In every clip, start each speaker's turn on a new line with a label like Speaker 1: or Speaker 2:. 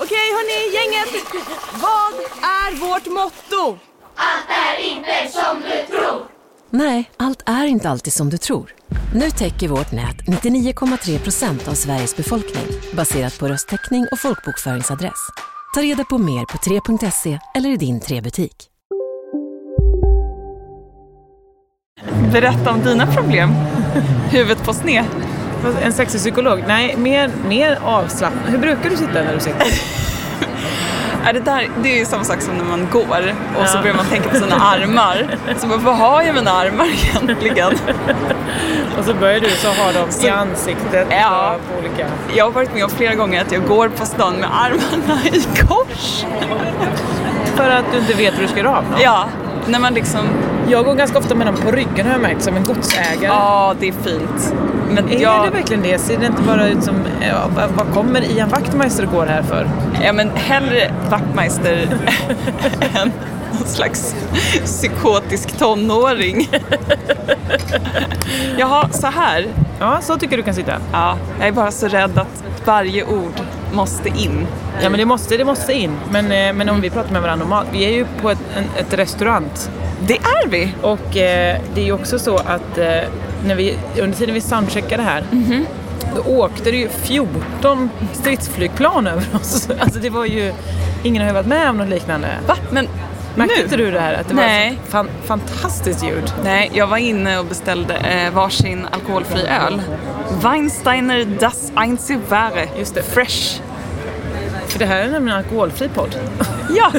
Speaker 1: Okej hörni, gänget! Vad är vårt motto?
Speaker 2: Nej, allt är inte alltid som du tror. Nu täcker vårt nät 99,3 procent av Sveriges befolkning baserat på röstteckning och folkbokföringsadress. Ta reda på mer på 3.se eller i din 3-butik.
Speaker 3: Berätta om dina problem. Huvudet på sned.
Speaker 4: En sexig psykolog? Nej, mer, mer avslappnad. Hur brukar du sitta när du sitter?
Speaker 3: Är det, där, det är ju samma sak som när man går och så börjar man tänka på sina armar. Så bara, vad har jag mina armar egentligen?
Speaker 4: Och så börjar du så ha dem i ansiktet.
Speaker 3: Ja.
Speaker 4: och På olika.
Speaker 3: Jag har varit med om flera gånger att jag går på stan med armarna i kors.
Speaker 4: För att du inte vet hur du ska göra av dem.
Speaker 3: Ja, när man liksom,
Speaker 4: Jag går ganska ofta med dem på ryggen har jag märkt, som en godsägare.
Speaker 3: ja det är fint. Men
Speaker 4: Är
Speaker 3: jag,
Speaker 4: det verkligen det? Ser det inte bara ut som... ja, vad- Vad kommer Ian Wachtmeister går här för?
Speaker 3: ja men hellre Wachtmeister än någon slags psykotisk tonåring. Jaha, så här.
Speaker 4: Ja, så tycker du kan sitta.
Speaker 3: Ja, jag är bara så rädd att varje ord måste in.
Speaker 4: Ja, men det måste, det måste in. Men, eh, men om vi pratar med varandra normalt. Vi är ju på ett, en, ett restaurant.
Speaker 3: Det är vi!
Speaker 4: Och eh, det är ju också så att eh, när vi, under tiden vi soundcheckade här
Speaker 3: Mhm.
Speaker 4: då åkte det ju 14 stridsflygplan över oss. Alltså det var ju... Ingen har ju varit med om något liknande.
Speaker 3: Va? Men
Speaker 4: Märkte
Speaker 3: nu?
Speaker 4: inte du det här? Att det var
Speaker 3: Nej.
Speaker 4: ett fan, fantastiskt ljud.
Speaker 3: Nej, jag var inne och beställde eh, varsin alkoholfri öl. Weinsteiner das einzig wahre.
Speaker 4: Just det.
Speaker 3: Fresh.
Speaker 4: För det här är nämligen en alkoholfri podd.
Speaker 3: Ja!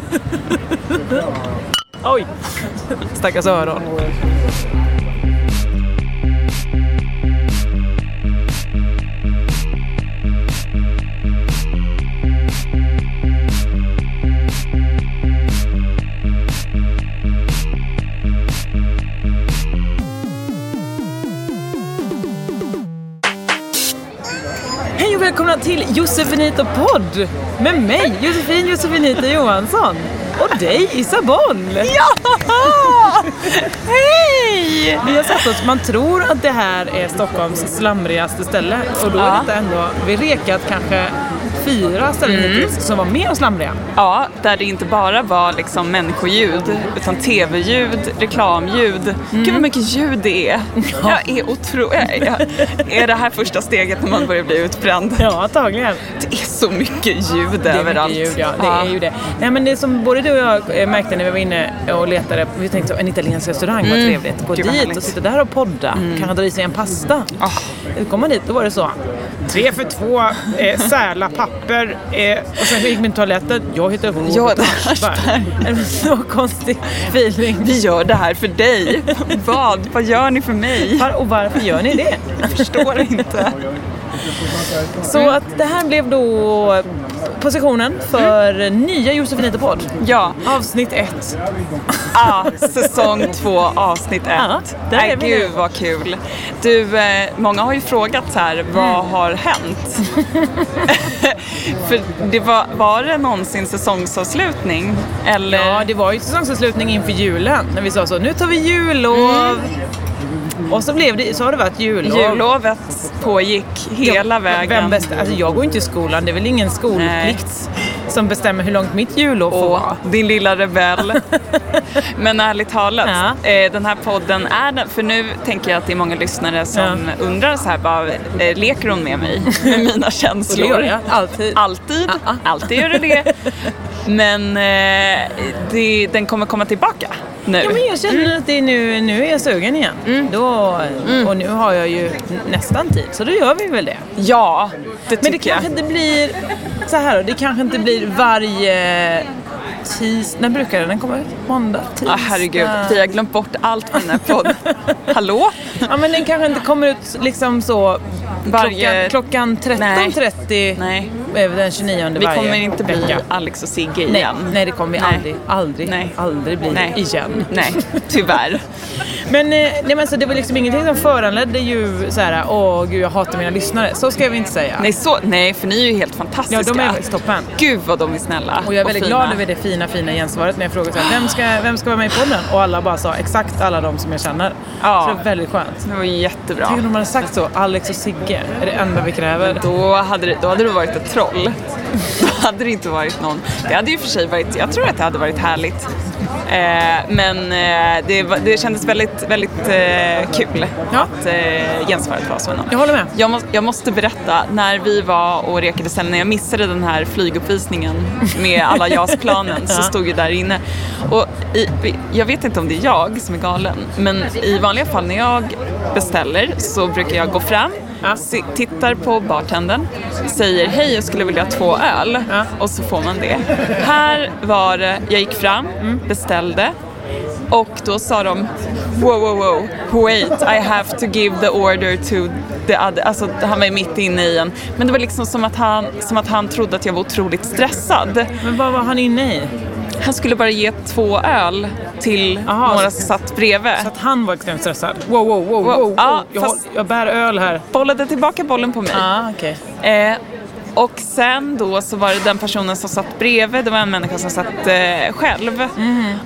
Speaker 4: Oj! Stackars öron. Hej och välkomna till Josefinito podd! Med mig Josefin Josefinito Johansson och dig Isabelle! Ja! Hej! Vi har satt oss, man tror att det här är Stockholms slamrigaste ställe och då är detta ändå, vi rekat kanske fyra ställen hittills som var mer slamriga.
Speaker 3: Ja, där det inte bara var liksom människoljud, utan tv-ljud, reklamljud.
Speaker 4: Mm.
Speaker 3: Gud vad mycket ljud det är. Jag är otrolig. Är det här första steget när man börjar bli utbränd?
Speaker 4: Ja, antagligen.
Speaker 3: Det är så mycket ljud
Speaker 4: Det är
Speaker 3: överallt.
Speaker 4: mycket ljud, ja. Det är ju det. Nej, men det som både du och jag eh, märkte när vi var inne och letade, vi tänkte så, en italiensk restaurang, vad trevligt. Gå
Speaker 3: Mm. Gud, vad
Speaker 4: dit
Speaker 3: härligt. Mm.
Speaker 4: och sitta där och podda, kanske dra i sig en pasta.
Speaker 3: Ah.
Speaker 4: Kom man dit, då var det så. Tre för två, eh, säla papper. Eh, och sen gick min toaletten. Jag heter Robert
Speaker 3: Ja, det här
Speaker 4: Aschberg. En så konstig feeling.
Speaker 3: Vi gör det här för dig. Vad? Vad gör ni för mig?
Speaker 4: Var- Och varför gör ni det?
Speaker 3: Jag förstår inte.
Speaker 4: Så att det här blev då positionen för
Speaker 3: Mm.
Speaker 4: nya Josefinito-podd.
Speaker 3: Ja,
Speaker 4: Avsnitt ett.
Speaker 3: ah, säsong två, avsnitt
Speaker 4: Ja,
Speaker 3: ett.
Speaker 4: där
Speaker 3: Nej,
Speaker 4: är vi nu.
Speaker 3: gud vad kul. Du, eh, många har ju frågat så här, vad
Speaker 4: Mm.
Speaker 3: har hänt? för det var, var det någonsin säsongsavslutning? Eller?
Speaker 4: Ja, det var ju säsongsavslutning inför julen när vi sa så, nu tar vi jullov.
Speaker 3: Mm.
Speaker 4: Och så, blev det, så har det varit jullov.
Speaker 3: Jullovet pågick hela
Speaker 4: Ja, Vem
Speaker 3: vägen.
Speaker 4: best, alltså jag går inte i skolan, det är väl ingen skolplikt som bestämmer hur långt mitt jullov får
Speaker 3: Åh,
Speaker 4: vara.
Speaker 3: din lilla rebell. Men ärligt talat,
Speaker 4: Ja.
Speaker 3: eh, den här podden är den, för nu tänker jag att det är många lyssnare som undrar så här, bara, eh, leker hon med mig? Med mina
Speaker 4: Och det
Speaker 3: känslor?
Speaker 4: gör jag alltid.
Speaker 3: Alltid, alltid gör du det. Men eh, det, den kommer komma tillbaka nu.
Speaker 4: Ja, men jag känner att det är nu, nu är jag sugen igen.
Speaker 3: Mm.
Speaker 4: Då, Och nu har jag ju n- nästan tid, så då gör vi väl det.
Speaker 3: Ja, det
Speaker 4: Men
Speaker 3: tycker
Speaker 4: det
Speaker 3: jag.
Speaker 4: kanske inte blir så här då, det kanske inte blir varje tisdag. När brukar den komma ut? Måndag? Tisdag?
Speaker 3: Ah, herregud, vi har glömt bort allt med den här podden. Hallå?
Speaker 4: Ja men den kanske inte kommer ut liksom så
Speaker 3: Varje-
Speaker 4: klockan, klockan
Speaker 3: Nej.
Speaker 4: 13.30
Speaker 3: Nej.
Speaker 4: eh, den 29
Speaker 3: Vi
Speaker 4: varje
Speaker 3: kommer inte bli
Speaker 4: vecka.
Speaker 3: Alex och Sigge
Speaker 4: Nej,
Speaker 3: igen.
Speaker 4: nej, det kommer vi
Speaker 3: Nej.
Speaker 4: aldrig, aldrig,
Speaker 3: Nej.
Speaker 4: aldrig bli
Speaker 3: Nej.
Speaker 4: igen.
Speaker 3: Nej, tyvärr.
Speaker 4: Men, eh, nej, men så det var liksom ingenting som föranledde ju så här, åh gud jag hatar mina lyssnare. Så ska vi inte säga.
Speaker 3: Nej, så, nej, för ni är ju helt
Speaker 4: ja,
Speaker 3: fantastiska.
Speaker 4: de är faktiskt toppen.
Speaker 3: Gud vad de är snälla
Speaker 4: Och jag är väldigt
Speaker 3: fina.
Speaker 4: glad över det fina, fina gensvaret när jag frågade så här, vem, ska, vem ska vara med i podden? Och alla bara sa exakt alla de som jag känner.
Speaker 3: Ja.
Speaker 4: Så det var väldigt skönt.
Speaker 3: Det var jättebra.
Speaker 4: Tänk om de hade sagt så, Alex och Sigge är det enda vi kräver.
Speaker 3: Då hade, det, då hade du varit ett troll. Då hade det inte varit någon. Det hade ju för sig varit, jag tror att det hade varit härligt. Eh, men eh, det, var- det kändes väldigt, väldigt eh, kul
Speaker 4: Ja.
Speaker 3: att eh, gensvaret var så enormt.
Speaker 4: Jag håller med.
Speaker 3: Jag, må, jag måste berätta, när vi var och rekade sen när jag missade den här flyguppvisningen med alla JAS-planen så stod ju där inne. Och i, jag vet inte om det är jag som är galen, men i vanliga fall när jag beställer så brukar jag gå fram, se, tittar på bartendern, säger hej jag skulle vilja ha två öl och så får man det. Här var det, jag gick fram, beställde och då sa de wow, wow, wow, wait, I have to give the order to the other. Alltså han var ju mitt inne i en. Men det var liksom som att han, som att han trodde att jag var otroligt stressad.
Speaker 4: Men vad var han inne i?
Speaker 3: Han skulle bara ge två öl till
Speaker 4: Aha,
Speaker 3: några som satt bredvid.
Speaker 4: Så att han var extremt stressad. Wow, wow, wow, wow.
Speaker 3: Wow,
Speaker 4: wow.
Speaker 3: ja,
Speaker 4: jag,
Speaker 3: fast-
Speaker 4: håll- jag bär öl här.
Speaker 3: Bollade tillbaka bollen på mig.
Speaker 4: Ah, okej.
Speaker 3: Eh, och sen då så var det den personen som satt bredvid, det var en människa som satt eh, själv.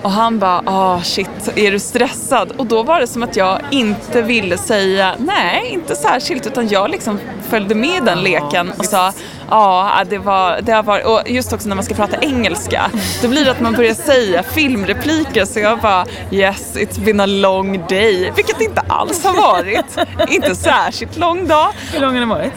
Speaker 3: Och han bara, ah shit, är du stressad? Och då var det som att jag inte ville säga, nej inte särskilt, utan jag liksom följde med i den leken och sa, ja ah, det var, det har varit, och just också när man ska prata engelska, då blir det att man börjar säga filmrepliker så jag bara, yes it's been a long day, vilket det inte alls har varit. inte särskilt lång dag.
Speaker 4: Hur lång har den varit?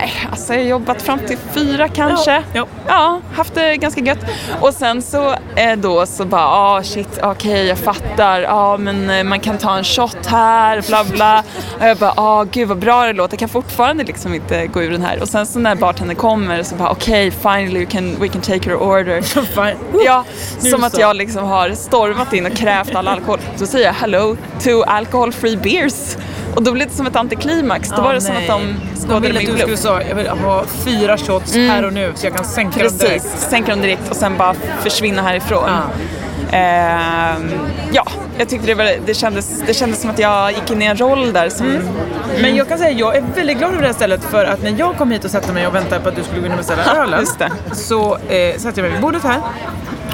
Speaker 3: Nej, alltså jag har jobbat fram till fyra kanske.
Speaker 4: Ja, ja.
Speaker 3: Ja, haft det ganska gött. Och sen så eh, då så bara, ah shit, okej jag fattar. Ja men eh, man kan ta en shot här, bla bla. Och jag bara, ah gud vad bra det låter. Jag kan fortfarande liksom inte gå ur den här. Och sen så när bartendern kommer så bara, okej finally you can, we can take your order.
Speaker 4: Fan.
Speaker 3: Ja,
Speaker 4: Nu
Speaker 3: som att
Speaker 4: så.
Speaker 3: jag liksom har stormat in och krävt all alkohol. Då säger jag hello to alcohol free beers. Och då blev det som ett antiklimax. Då
Speaker 4: Ah,
Speaker 3: var det som att
Speaker 4: nej.
Speaker 3: de skådade
Speaker 4: ville att
Speaker 3: min
Speaker 4: du
Speaker 3: bluff.
Speaker 4: skulle säga, jag vill ha fyra shots här och nu så jag kan sänka dem
Speaker 3: Mm. Precis,
Speaker 4: direkt.
Speaker 3: sänka dem direkt och sen bara försvinna härifrån.
Speaker 4: Ja.
Speaker 3: Ehm, ja, jag tyckte det, var, det, kändes, det kändes som att jag gick in i en roll där som...
Speaker 4: Mm.
Speaker 3: Mm.
Speaker 4: Men jag kan säga jag är väldigt glad över det här stället för att när jag kom hit och satte mig och väntade på att du skulle gå in och beställa ölen
Speaker 3: just det.
Speaker 4: så eh, satte jag mig vid bordet här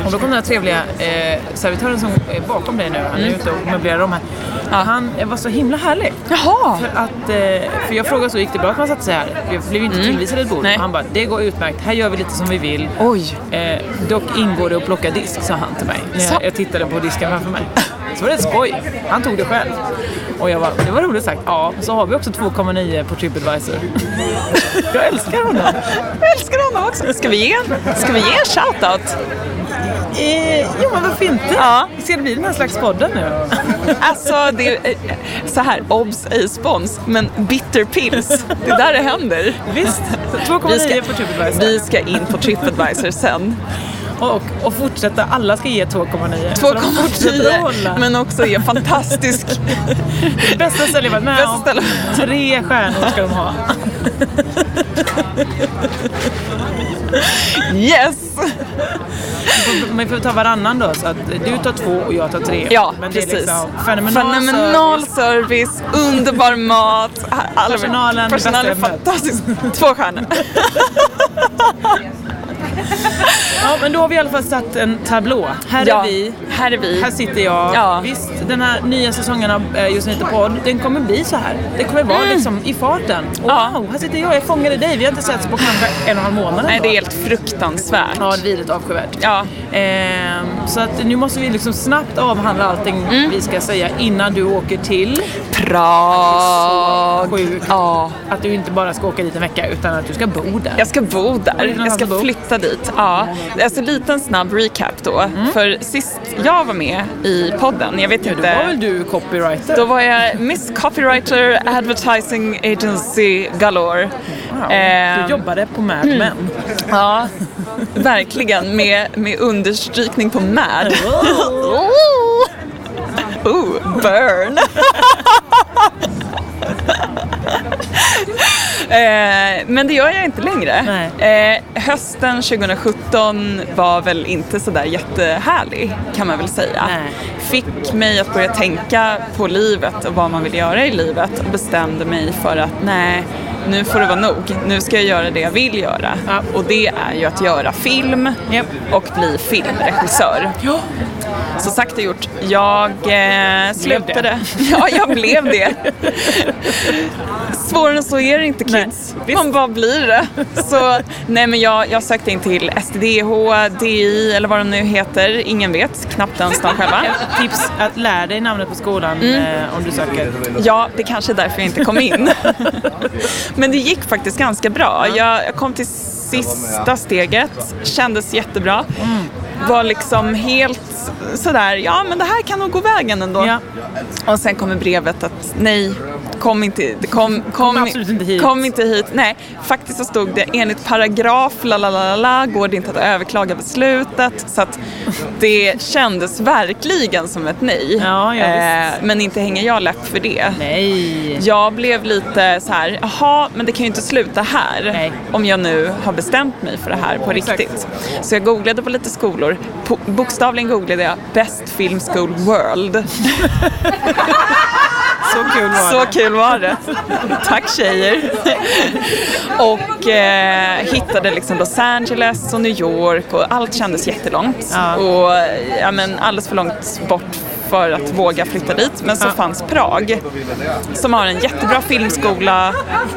Speaker 4: och då kom den här trevliga eh, servitören som är bakom dig nu, han
Speaker 3: Mm.
Speaker 4: är ute och möblerar om här. Han eh, var så himla härlig.
Speaker 3: Jaha!
Speaker 4: För, att, eh, för jag frågade så, gick det bra att man satte sig här? Jag blev ju inte tillvisad ett bord.
Speaker 3: Mm. Nej.
Speaker 4: Och Han bara, det går utmärkt, här gör vi lite som vi vill.
Speaker 3: Oj!
Speaker 4: Eh, dock ingår det att plocka disk, sa han till mig. När
Speaker 3: Så-
Speaker 4: jag, jag tittade på disken framför mig. Så var det ett skoj. Han tog det själv. Och jag bara, det var roligt sagt. Ja, och så har vi också 2,9 på Tripadvisor. jag älskar honom.
Speaker 3: Jag älskar honom också! Ska vi ge, ska vi ge en shoutout?
Speaker 4: Eh, jo, men varför inte?
Speaker 3: Ja.
Speaker 4: Ser det bli den här slags podden nu?
Speaker 3: Alltså, det är så här, obs, ej spons, men bitter pills. Det är där det händer.
Speaker 4: Visst, 2,9 på Tripadvisor.
Speaker 3: vi ska in på Tripadvisor sen.
Speaker 4: Och, och fortsätta, alla ska ge 2,9. Så de fortsätter att
Speaker 3: 2,10
Speaker 4: hålla.
Speaker 3: men också är fantastisk.
Speaker 4: Bästa stället jag varit med
Speaker 3: Bästa
Speaker 4: om.
Speaker 3: stället.
Speaker 4: Tre stjärnor ska de ha.
Speaker 3: Yes!
Speaker 4: Men vi får ta varannan då, så att du tar två och jag tar tre.
Speaker 3: Ja,
Speaker 4: Men alltså,
Speaker 3: precis.
Speaker 4: det är liksom fenomenal,
Speaker 3: Fenomenal
Speaker 4: service.
Speaker 3: service, underbar mat. Alla,
Speaker 4: Personalen, det
Speaker 3: personalen är
Speaker 4: bästa jag mött.
Speaker 3: fantastisk. Två stjärnor.
Speaker 4: Ja, men då har vi i alla fall satt en tablå. Här
Speaker 3: Ja,
Speaker 4: är vi.
Speaker 3: Här är vi.
Speaker 4: Här sitter jag.
Speaker 3: Ja.
Speaker 4: Visst, den här nya säsongen av eh, Just Nito Podd, den kommer bli så här. Det kommer vara liksom i farten. Och
Speaker 3: Mm. Ja.
Speaker 4: Wow, här sitter jag. Jag fångade dig. Vi har inte setts på kanske en och en halv månad
Speaker 3: Nej,
Speaker 4: ändå.
Speaker 3: det är helt fruktansvärt.
Speaker 4: Ja, det är vidrigt avskyvärt.
Speaker 3: Ja.
Speaker 4: Ehm, så att nu måste vi liksom snabbt avhandla allting
Speaker 3: Mm.
Speaker 4: vi ska säga innan du åker till
Speaker 3: Prag.
Speaker 4: sjukt.
Speaker 3: Ja.
Speaker 4: Att du inte bara ska åka dit en vecka utan att du ska bo där.
Speaker 3: Jag ska bo där.
Speaker 4: vill du
Speaker 3: Jag
Speaker 4: ha
Speaker 3: ska
Speaker 4: för bok?
Speaker 3: flytta dit. Ja. Alltså liten snabb recap då. För sist jag var med i podden, jag vet
Speaker 4: Då var
Speaker 3: inte.
Speaker 4: väl Mm. du copywriter?
Speaker 3: Då var jag Miss Copywriter Advertising Agency Galore.
Speaker 4: Wow.
Speaker 3: Ehm, mm.
Speaker 4: Du jobbade på Mad Men.
Speaker 3: Ja, verkligen. Med, med understrykning på mad. Oh, oh burn. Eh, men det gör jag inte längre. Eh, hösten 2017 var väl inte sådär jättehärlig kan man väl säga. Fick mig att börja tänka på livet och vad man vill göra i livet och bestämde mig för att nej, nu får det vara nog. Nu ska jag göra det jag vill göra. Och det är ju att göra film och bli filmregissör. Så sagt och gjort. Jag eh, slutade. Ja, jag blev det. Svårare än så är det inte kids. Man bara blir det. Så, nej, men jag, jag sökte in till STDH, DI eller vad de nu heter. Ingen vet, knappt ens de själva.
Speaker 4: Tips att lära dig namnet på skolan
Speaker 3: Mm.
Speaker 4: eh, om du söker.
Speaker 3: Ja, det kanske är därför jag inte kom in. Men det gick faktiskt ganska bra. Jag jag kom till sista steget, kändes jättebra. Var liksom helt sådär, ja men det här kan nog gå vägen ändå.
Speaker 4: Ja.
Speaker 3: Och sen kommer brevet att nej, kom inte, kom, kom,
Speaker 4: absolut inte hit.
Speaker 3: Kom inte hit. Nej, faktiskt så stod det enligt paragraf la la la la, la går det inte att överklaga beslutet. Så att det kändes verkligen som ett nej.
Speaker 4: Ja, ja, visst.
Speaker 3: Eh, men inte hänger jag läpp för det.
Speaker 4: Nej.
Speaker 3: Jag blev lite så här, jaha, men det kan ju inte sluta här
Speaker 4: Nej.
Speaker 3: om jag nu har bestämt mig för det här på
Speaker 4: Exakt.
Speaker 3: riktigt. Så jag googlade på lite skolor. Po- bokstavligen googlade jag Best Film School World.
Speaker 4: Så kul var
Speaker 3: Så kul var det. Tack tjejer. Och eh, hittade liksom Los Angeles och New York och allt kändes jättelångt.
Speaker 4: Ja.
Speaker 3: Och eh, ja, men alldeles för långt bort för att våga flytta dit. Men så fanns Prag som har en jättebra filmskola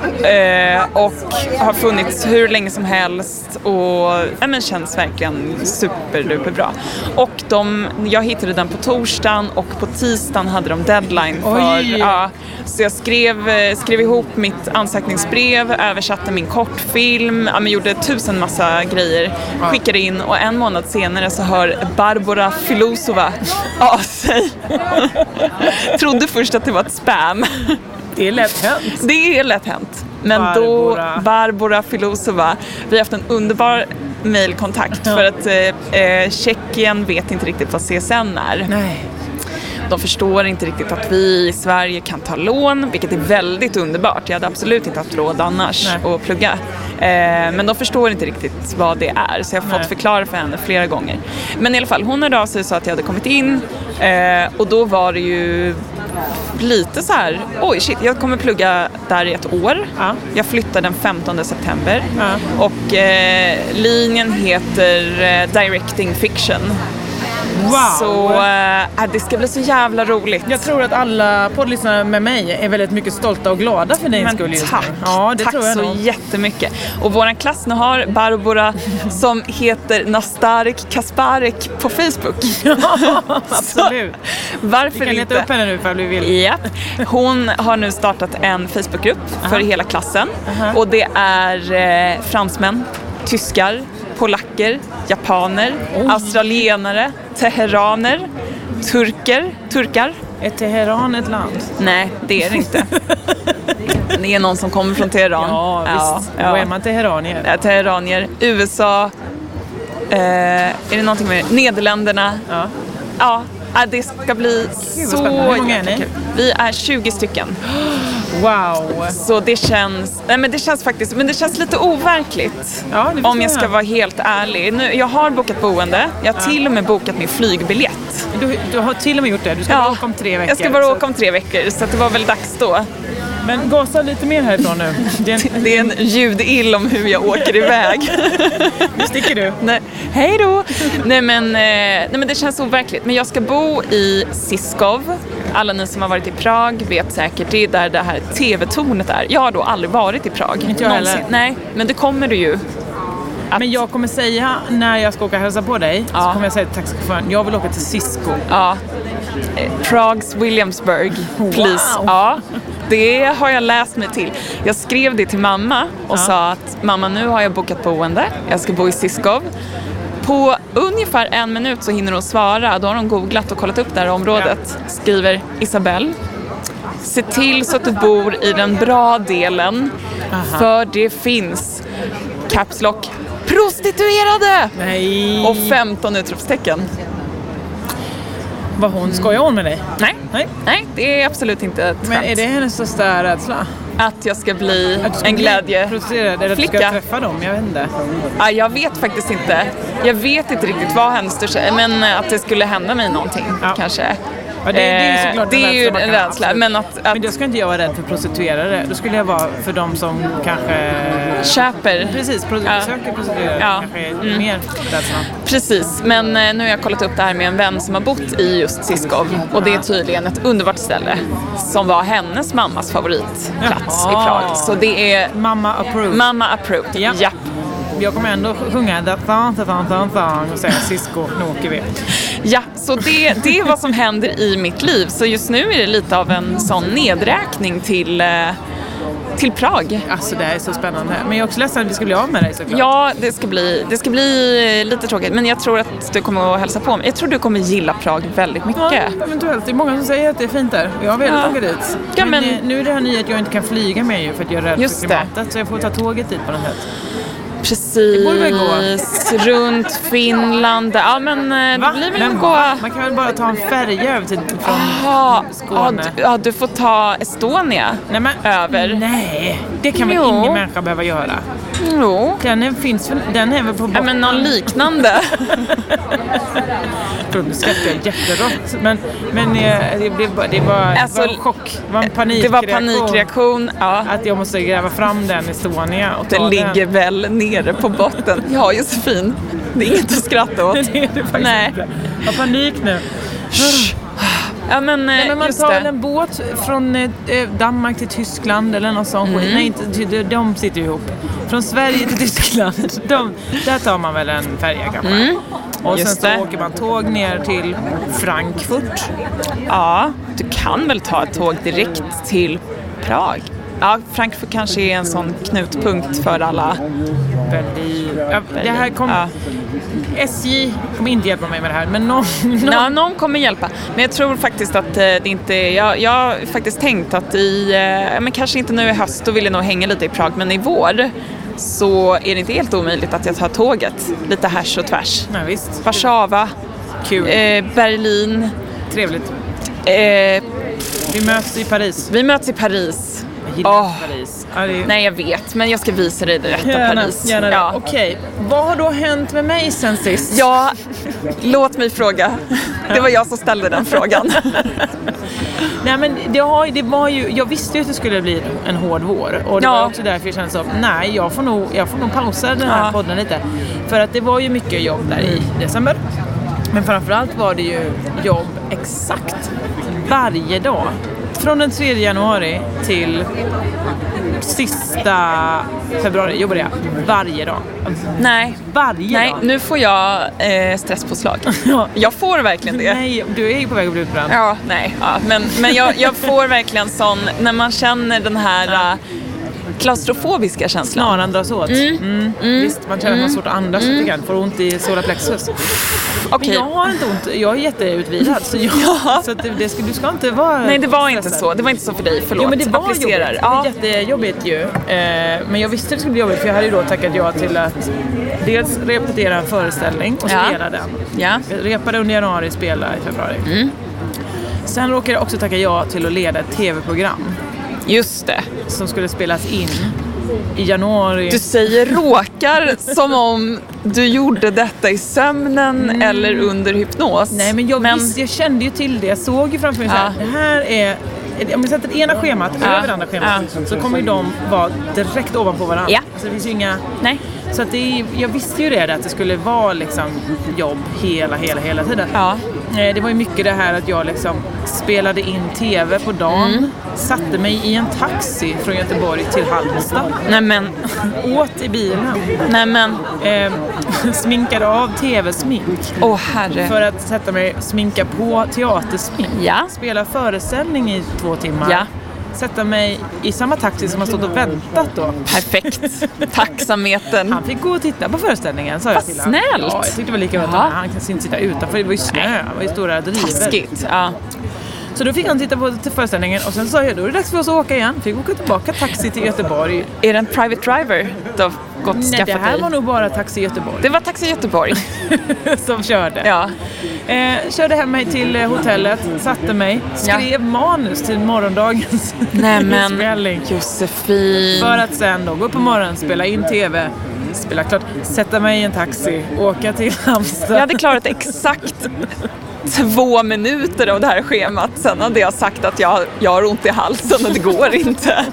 Speaker 3: eh, och har funnits hur länge som helst och ja, men känns verkligen superduperbra. Och de, jag hittade den på torsdagen och på tisdagen hade de deadline för...
Speaker 4: Oj.
Speaker 3: Ja, så jag skrev, eh, skrev ihop mitt ansökningsbrev, översatte min kortfilm, ja, men gjorde tusen massa grejer, skickade in och en månad senare så hör Barbara Filosova av sig. Trodde först att det var ett spam.
Speaker 4: Det lät högt.
Speaker 3: Det är lätt hänt. Men
Speaker 4: Barbara.
Speaker 3: då, Barbara Filosova, vi har haft en underbar mejlkontakt för att eh, eh, Tjeckien vet inte riktigt vad CSN är.
Speaker 4: Nej.
Speaker 3: De förstår inte riktigt att vi i Sverige kan ta lån, vilket är väldigt underbart. Jag hade absolut inte haft råd annars
Speaker 4: Nej.
Speaker 3: att plugga. Eh, Men de förstår inte riktigt vad det är, så jag har fått
Speaker 4: Nej.
Speaker 3: förklara för henne flera gånger. Men i alla fall, hon hörde av sig och sa att jag hade kommit in eh, och då var det ju lite så här, oj shit, jag kommer plugga där i ett år.
Speaker 4: Ja.
Speaker 3: Jag flyttar den 15 september
Speaker 4: Ja.
Speaker 3: och eh, linjen heter eh, Directing Fiction.
Speaker 4: Wow.
Speaker 3: Så
Speaker 4: äh,
Speaker 3: eh, det ska bli så jävla roligt.
Speaker 4: Jag tror att alla poddlyssnare med mig är väldigt mycket stolta och glada för din skull just nu.
Speaker 3: tack,
Speaker 4: Ja, det
Speaker 3: tack
Speaker 4: tror jag
Speaker 3: så
Speaker 4: nog.
Speaker 3: jättemycket. Och våran klass nu har Barbara som heter Nastarik Kasparek på Facebook.
Speaker 4: Absolut. Vi
Speaker 3: Varför
Speaker 4: kan leta
Speaker 3: inte?
Speaker 4: upp henne nu ifall vi vill.
Speaker 3: Japp. Hon har nu startat en Facebookgrupp för hela klassen. Och det är eh, fransmän, tyskar, polacker, japaner, australienare, teheraner, turker, turkar.
Speaker 4: Är Teheran ett land?
Speaker 3: Nej, det är det inte. Det är någon som kommer från Teheran.
Speaker 4: Ja, visst.
Speaker 3: Ja,
Speaker 4: Då
Speaker 3: ja.
Speaker 4: är man teheranier.
Speaker 3: Eh, Teheranier, USA, eh, är det någonting mer? Nederländerna.
Speaker 4: Ja.
Speaker 3: Ja, eh, det ska bli så
Speaker 4: spännande. Hur många är ni?
Speaker 3: jättekul. Vi är 20 stycken.
Speaker 4: Wow.
Speaker 3: Så det känns, nej men det känns faktiskt, men det känns lite overkligt.
Speaker 4: Ja, det förstår
Speaker 3: om jag ska
Speaker 4: jag.
Speaker 3: vara helt ärlig. Nu, jag har bokat boende, jag har till och med bokat min flygbiljett.
Speaker 4: Du, du har till och med gjort det. Du ska bara åka om tre veckor.
Speaker 3: Jag ska bara
Speaker 4: så-
Speaker 3: åka om tre veckor, så att det var väl dags då.
Speaker 4: Men gasa lite mer härifrån nu. Den
Speaker 3: Det är en ljudill om hur jag åker iväg.
Speaker 4: sticker du.
Speaker 3: Nej, hej då! nej, men, eh, nej men det känns overkligt. Men jag ska bo i Siskov. Alla ni som har varit i Prag vet säkert, det är där det här TV-tornet är. Jag har då aldrig varit i Prag.
Speaker 4: Inte jag
Speaker 3: Någonsin.
Speaker 4: heller.
Speaker 3: Nej, men det kommer du ju. Att-
Speaker 4: Men jag kommer säga när jag ska åka och hälsa på dig, så
Speaker 3: Ja.
Speaker 4: kommer jag säga till taxichauffören, jag vill åka till Cisco.
Speaker 3: Ja. Eh, Prags Williamsburg, please.
Speaker 4: Wow.
Speaker 3: Ja, det har jag läst mig till. Jag skrev det till mamma och sa att mamma nu har jag bokat boende, jag ska bo i Siskov. På ungefär en minut så hinner hon svara, då har hon googlat och kollat upp det här området. Skriver Isabelle, se till så att du bor i den bra delen, för det finns Caps Lock prostituerade!
Speaker 4: Nej.
Speaker 3: Och 15 utropstecken.
Speaker 4: Vad hon, skojar hon med dig?
Speaker 3: Nej.
Speaker 4: Nej.
Speaker 3: Nej, det är absolut inte ett
Speaker 4: Men
Speaker 3: skämt.
Speaker 4: är det hennes största rädsla?
Speaker 3: Att jag ska bli
Speaker 4: Att du ska
Speaker 3: en
Speaker 4: bli
Speaker 3: glädje.
Speaker 4: prostituerad, Eller att du ska
Speaker 3: flicka.
Speaker 4: träffa dem, jag vet inte.
Speaker 3: Ja, jag vet faktiskt inte. Jag vet inte riktigt vad hennes största... Men eh, att det skulle hända mig någonting
Speaker 4: Ja.
Speaker 3: kanske.
Speaker 4: Ja, det, det är ju
Speaker 3: Eh,
Speaker 4: såklart
Speaker 3: det är ju
Speaker 4: man
Speaker 3: en
Speaker 4: kan ha,
Speaker 3: rädsla.
Speaker 4: absolut.
Speaker 3: Men att, att
Speaker 4: Men då ska inte jag vara rädd för prostituerade. Då skulle jag vara för de som kanske... Mm.
Speaker 3: köper...
Speaker 4: Precis, produ-
Speaker 3: Ja.
Speaker 4: söker prostituerade
Speaker 3: Ja.
Speaker 4: kanske är mer rädslan.
Speaker 3: Precis, men eh, nu har jag kollat upp det här med en vän som har bott i just Siskov och det är tydligen ett underbart ställe som var hennes mammas favoritplats i
Speaker 4: Jaha.
Speaker 3: Prag. Så det är
Speaker 4: Mamma approved.
Speaker 3: mamma approved.
Speaker 4: Ja.
Speaker 3: Japp.
Speaker 4: jag kommer ändå sjunga da, da, da, da, da, da, och säga Cisco, nu åker vi.
Speaker 3: Ja, så det, det är vad som händer i mitt liv. Så just nu är det lite av en sån nedräkning till, eh, till Prag.
Speaker 4: Alltså det här är så spännande. Men jag är också ledsen att vi skulle bli av med dig såklart.
Speaker 3: Ja, det ska, bli, det ska bli eh, lite tråkigt, men jag tror att du kommer att hälsa på mig. Jag tror du kommer gilla Prag väldigt mycket.
Speaker 4: Ja, eventuellt. Det är många som säger att det är fint där. Jag har velat
Speaker 3: Ja.
Speaker 4: åka dit.
Speaker 3: Ja,
Speaker 4: men
Speaker 3: men-
Speaker 4: eh, nu är det här nya att jag inte kan flyga med ju för att jag är rädd
Speaker 3: Just
Speaker 4: för
Speaker 3: det.
Speaker 4: klimatet. Så jag får ta tåget dit på något sätt. borde väl gå.
Speaker 3: Precis, runt Finland. Ja men eh, det blir väl
Speaker 4: Men
Speaker 3: att gå...
Speaker 4: va? Man kan väl bara ta en färja över till från
Speaker 3: Jaha, ja,
Speaker 4: Skåne?
Speaker 3: du, ja, du får ta Estonia
Speaker 4: Nej, men,
Speaker 3: över.
Speaker 4: Nej, det kan väl
Speaker 3: Jo.
Speaker 4: ingen människa behöva göra.
Speaker 3: Jo.
Speaker 4: Den är, finns väl, den är väl på
Speaker 3: Ja,
Speaker 4: botten.
Speaker 3: men någon liknande.
Speaker 4: Nu skrattar jag jätterått. Men, men eh, det blev bara, det var,
Speaker 3: Alltså,
Speaker 4: det var en chock. Det var en
Speaker 3: Det
Speaker 4: panikreaktion.
Speaker 3: var panikreaktion. Ja.
Speaker 4: Att jag måste gräva fram den Estonia och ta
Speaker 3: Den ligger
Speaker 4: den.
Speaker 3: väl nere på botten. Ja Josefin, det är inget att skratta åt.
Speaker 4: Det är det faktiskt
Speaker 3: Nej.
Speaker 4: inte. Jag har panik nu.
Speaker 3: Ja men, eh,
Speaker 4: Nej, men man
Speaker 3: just
Speaker 4: tar
Speaker 3: det.
Speaker 4: väl en båt från eh, eh, Danmark till Tyskland eller någon
Speaker 3: Mm.
Speaker 4: sån skit. Nej, inte, ty- de- de sitter ju ihop. Från Sverige till Tyskland. De, där tar man väl en färja kanske. Och
Speaker 3: Mm. Just
Speaker 4: sen
Speaker 3: det.
Speaker 4: så åker man tåg ner till Frankfurt.
Speaker 3: Ja, du kan väl ta ett tåg direkt till Prag? Ja, Frankfurt kanske är en sån knutpunkt för alla.
Speaker 4: Berlin. Ja, det här kom,
Speaker 3: Ja.
Speaker 4: SJ kommer inte hjälpa mig med det här, men någon...
Speaker 3: Ja, någon kommer hjälpa. Men jag tror faktiskt att eh, det inte är... Jag, jag har faktiskt tänkt att i... eh, Men kanske inte nu i höst, då vill jag nog hänga lite i Prag, men i vår så är det inte helt omöjligt att jag tar tåget lite härs och tvärs.
Speaker 4: Nej, visst.
Speaker 3: Warszawa,
Speaker 4: Kul.
Speaker 3: eh, Berlin.
Speaker 4: Trevligt.
Speaker 3: Eh,
Speaker 4: Vi möts i Paris.
Speaker 3: vi möts i Paris.
Speaker 4: Jag gillar
Speaker 3: Åh.
Speaker 4: Paris. Ja, det är...
Speaker 3: Nej, jag vet, men jag ska visa dig det rätta
Speaker 4: Gärna,
Speaker 3: Paris.
Speaker 4: gärna det.
Speaker 3: Ja.
Speaker 4: Okej, vad har då hänt med mig sen sist?
Speaker 3: Ja, låt mig fråga. Det var jag som ställde den frågan.
Speaker 4: Nej men det, har, det var ju, jag visste ju att det skulle bli en hård vår och det
Speaker 3: Ja.
Speaker 4: var också därför jag kände så, nej jag får nog, jag får nog pausa den här
Speaker 3: Ja.
Speaker 4: podden lite. För att det var ju mycket jobb där i december. Men framförallt var det ju jobb exakt varje dag. Från den 3 januari till sista februari jobbade jag varje dag.
Speaker 3: Nej,
Speaker 4: Varje
Speaker 3: nej
Speaker 4: dag.
Speaker 3: nu får jag eh, stresspåslag.
Speaker 4: Ja.
Speaker 3: Jag får verkligen det.
Speaker 4: Nej, du är ju på väg att bli utbränd.
Speaker 3: Ja, nej. Ja, men men jag, jag får verkligen sån, när man känner den här eh, klaustrofobiska känslan.
Speaker 4: Snaran dras åt. Mm. Visst, man känner att man har svårt att andas
Speaker 3: mm.
Speaker 4: lite grann, får ont i solarplexus. Men
Speaker 3: Okej.
Speaker 4: jag har inte ont, jag är jätteutvilad. Så, jag, så att du, det ska, du ska inte vara
Speaker 3: Nej, det var inte
Speaker 4: stressad.
Speaker 3: så. Det var inte så för dig. Förlåt.
Speaker 4: Jo men det var jobbigt,
Speaker 3: Applicerar.
Speaker 4: det var
Speaker 3: Ja.
Speaker 4: jättejobbigt ju. Eh, men jag visste att det skulle bli jobbigt för jag hade ju då tackat ja till att dels repetera en föreställning och
Speaker 3: Ja.
Speaker 4: spela den.
Speaker 3: ja.
Speaker 4: Jag repade under januari, spela i februari.
Speaker 3: Mm.
Speaker 4: Sen råkade jag också tacka ja till att leda ett tv-program
Speaker 3: Just det.
Speaker 4: som skulle spelas in i januari.
Speaker 3: Du säger råkar som om du gjorde detta i sömnen eller under hypnos.
Speaker 4: Mm. Nej men jag, Visste, jag kände ju till det, jag såg ju framför mig så här,
Speaker 3: Ja.
Speaker 4: det här är om vi sätter ena schemat
Speaker 3: Ja.
Speaker 4: över andra schemat så kommer ju de vara direkt ovanpå varandra.
Speaker 3: Ja.
Speaker 4: Så det finns ju inga...
Speaker 3: Nej.
Speaker 4: Så att det är, jag visste ju det, där, att det skulle vara liksom jobb hela, hela, hela tiden.
Speaker 3: Ja.
Speaker 4: Eh, Det var ju mycket det här att jag liksom spelade in TV på dagen,
Speaker 3: Mm.
Speaker 4: satte mig i en taxi från Göteborg till Halmstad,
Speaker 3: Nej men,
Speaker 4: åt i bilen,
Speaker 3: nej men,
Speaker 4: eh, sminkade av TV-smink
Speaker 3: åh herre.
Speaker 4: för att sätta mig sminka på teatersmink.
Speaker 3: Eh. Ja.
Speaker 4: Spela föreställning i två timmar.
Speaker 3: Ja.
Speaker 4: Sätta mig i samma taxi som har stått och väntat då.
Speaker 3: Perfekt. Tacksamheten.
Speaker 4: Han fick gå och titta på föreställningen sa jag
Speaker 3: Vad
Speaker 4: till honom.
Speaker 3: snällt.
Speaker 4: Ja, jag tyckte det var lika bra att
Speaker 3: Ja.
Speaker 4: han han kan inte sitta utanför. Det var ju snö, det var ju stora drivor.
Speaker 3: Taskigt. Ja.
Speaker 4: Så då fick han titta på till föreställningen och sen sa jag då är det dags för oss att åka igen. Fick åka tillbaka taxi till Göteborg.
Speaker 3: Är det en private driver du har gått och
Speaker 4: Nej, det
Speaker 3: skaffat
Speaker 4: här
Speaker 3: dig?
Speaker 4: var nog bara Taxi Göteborg
Speaker 3: Det var Taxi Göteborg.
Speaker 4: som körde.
Speaker 3: Ja.
Speaker 4: Eh, körde hem mig till eh, hotellet, satte mig, skrev manus till morgondagens
Speaker 3: Nej, men-
Speaker 4: inspelning.
Speaker 3: Josefin.
Speaker 4: För att sen då gå upp på morgonen, spela in TV, spela klart, sätta mig i en taxi, åka till Halmstad.
Speaker 3: Jag hade klarat exakt två minuter av det här schemat. Sen hade jag sagt att jag, jag har ont i halsen och det går inte.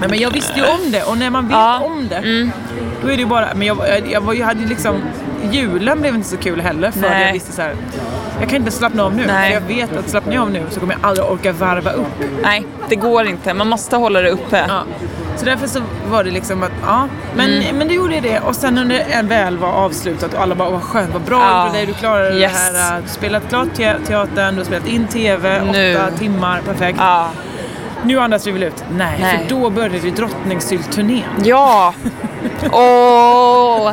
Speaker 4: Nej, men jag visste ju om det och när man vet
Speaker 3: Ja. Mm.
Speaker 4: om det då är det ju bara... Men jag, var- jag, jag, var, jag hade ju liksom... Julen blev inte så kul heller för
Speaker 3: Nej.
Speaker 4: jag visste så här. Jag kan inte slappna av nu
Speaker 3: Nej.
Speaker 4: för jag vet att slappnar jag av nu så kommer jag aldrig orka varva upp.
Speaker 3: Nej, det går inte. Man måste hålla det uppe.
Speaker 4: Ja. Så därför så var det liksom att, ja. Men,
Speaker 3: Mm.
Speaker 4: men det gjorde ju det och sen när det en väl var avslutat och alla bara, vad skönt, vad bra
Speaker 3: Ja.
Speaker 4: för dig, du klarade
Speaker 3: Yes.
Speaker 4: det här. äh, Du har spelat klart te- teatern, du har spelat in TV,
Speaker 3: Nu.
Speaker 4: åtta timmar, perfekt.
Speaker 3: Ja.
Speaker 4: Nu andas vi väl ut? Nej,
Speaker 3: Nej.
Speaker 4: för då började ju Drottningsylt-turnén.
Speaker 3: Ja! Åh!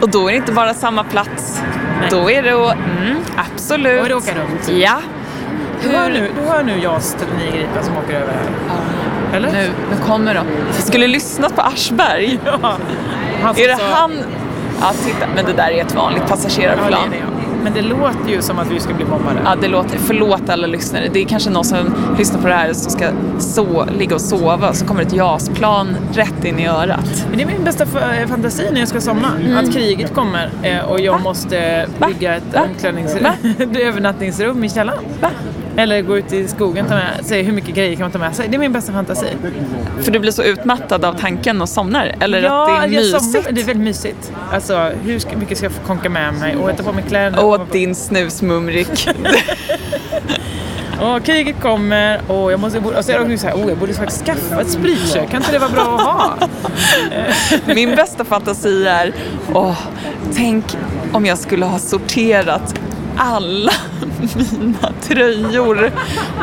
Speaker 3: Och då är det inte bara samma plats. Då är det att... Mm, absolut.
Speaker 4: Då är det åka runt.
Speaker 3: Ja.
Speaker 4: Du hör nu, du hör nu JAS 39 Gripen som åker över här. Eller?
Speaker 3: Nu, nu kommer de. Vi skulle lyssnat på Aschberg.
Speaker 4: Ja. Han som
Speaker 3: Är det
Speaker 4: sa-
Speaker 3: han? Ja, titta. Men det där är ett vanligt
Speaker 4: Ja, det är
Speaker 3: passagerarplan.
Speaker 4: det, ja. Men det låter ju som att vi ska bli bombade.
Speaker 3: Ja, det låter, förlåt alla lyssnare. Det är kanske någon som lyssnar på det här som ska so, ligga och sova så kommer ett JAS-plan rätt in i örat.
Speaker 4: Men det är min bästa fa- eh, fantasi när jag ska somna. Att kriget kommer eh, och jag måste
Speaker 3: Mm.
Speaker 4: eh,
Speaker 3: Va?
Speaker 4: bygga ett
Speaker 3: Va?
Speaker 4: omklädningsrum,
Speaker 3: Va?
Speaker 4: ett övernattningsrum i källaren.
Speaker 3: Va?
Speaker 4: Eller gå ut i skogen och ta med sig hur mycket grejer kan man ta med sig. Det är min bästa fantasi.
Speaker 3: För du blir så utmattad av tanken och somnar? Eller att det är
Speaker 4: jag somnar.
Speaker 3: mysigt?
Speaker 4: Det är väldigt mysigt. Alltså hur ska- mycket ska jag få konka med mig och ta på mig kläder.
Speaker 3: Åh, din snusmumrik.
Speaker 4: Åh, kriget kommer och jag måste... Och så är det också så här, åh, jag borde faktiskt skaffa ett spritkök. Kan inte det vara bra att ha?
Speaker 3: Min bästa fantasi är, åh, tänk om jag skulle ha sorterat alla mina tröjor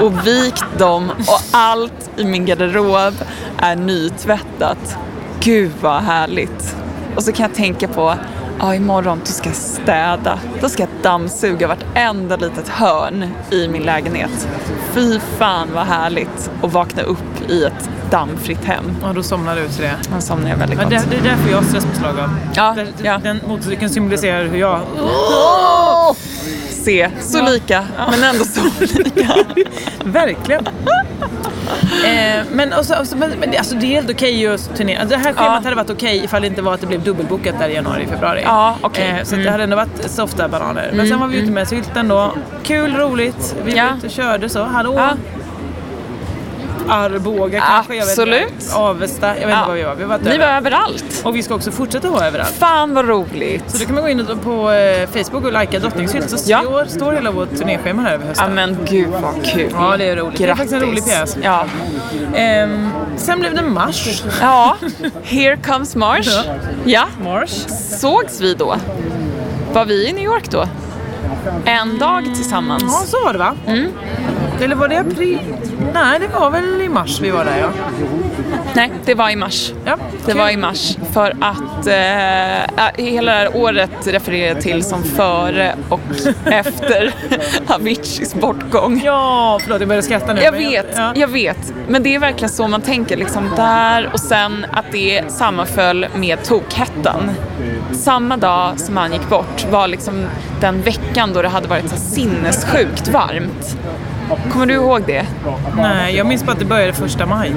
Speaker 3: och vikt dem och allt i min garderob är nytvättat. Gud vad härligt. Och så kan jag tänka på, ja imorgon då ska jag städa. Då ska jag dammsuga vartenda litet hörn i min lägenhet. Fy fan vad härligt att vakna upp i ett dammfritt hem.
Speaker 4: Ja, då somnar du till det.
Speaker 3: Man somnar jag väldigt
Speaker 4: Ja,
Speaker 3: gott.
Speaker 4: det, det är därför jag har stresspåslag av.
Speaker 3: Ja,
Speaker 4: Där-
Speaker 3: ja.
Speaker 4: Den motorcykeln symboliserar hur jag...
Speaker 3: se så lika, men ändå så olika.
Speaker 4: Verkligen. eh, men alltså, alltså, men, men det- alltså, det är helt okej just turnera. Alltså, det här schemat
Speaker 3: Ja.
Speaker 4: hade varit okej ifall det inte var att det blev dubbelbokat där i januari, februari.
Speaker 3: Ja, okej. Mm.
Speaker 4: Eh, så att det hade ändå varit softa bananer. men sen var vi ute med sylten då. Kul, roligt. Vi
Speaker 3: Ja.
Speaker 4: var ute och körde så. Hallå!
Speaker 3: Ja.
Speaker 4: Arboga kanske, jag vet
Speaker 3: Absolut.
Speaker 4: inte. Avesta, jag vet inte
Speaker 3: Ja.
Speaker 4: var vi var. Vi var,
Speaker 3: Ni var
Speaker 4: överallt.
Speaker 3: överallt.
Speaker 4: Och vi ska också fortsätta vara överallt.
Speaker 3: Fan vad
Speaker 4: Så då
Speaker 3: roligt.
Speaker 4: kan man gå in på eh, Facebook och likea Drottningshylt så
Speaker 3: Ja.
Speaker 4: står, står hela vårt turnéschema här över
Speaker 3: Ja
Speaker 4: hösten.
Speaker 3: men gud vad kul.
Speaker 4: Ja, det är roligt. Det är faktiskt en rolig pjäs.
Speaker 3: Ja.
Speaker 4: Ehm,
Speaker 3: Mm.
Speaker 4: sen blev det mars.
Speaker 3: ja, here comes Marsh.
Speaker 4: Ja.
Speaker 3: Ja,
Speaker 4: Mars.
Speaker 3: sågs vi då? Var vi i New York då? En dag
Speaker 4: Ja,
Speaker 3: tillsammans.
Speaker 4: så var det va? Eller var det april? Nej, det var väl i mars vi var där ja.
Speaker 3: Nej, det var i mars.
Speaker 4: ja
Speaker 3: Det
Speaker 4: kul.
Speaker 3: var i mars för att eh, äh, hela det här året refererar jag till som före och efter Aviciis bortgång.
Speaker 4: Ja, förlåt jag började skratta nu.
Speaker 3: Jag
Speaker 4: men
Speaker 3: vet,
Speaker 4: Ja.
Speaker 3: jag vet. Men det är verkligen så man tänker. Liksom där och sen att det sammanföll med tokhettan. Samma dag som han gick bort var liksom den veckan då det hade varit så sinnessjukt varmt. Kommer du ihåg det?
Speaker 4: Nej, jag minns bara att det började första maj.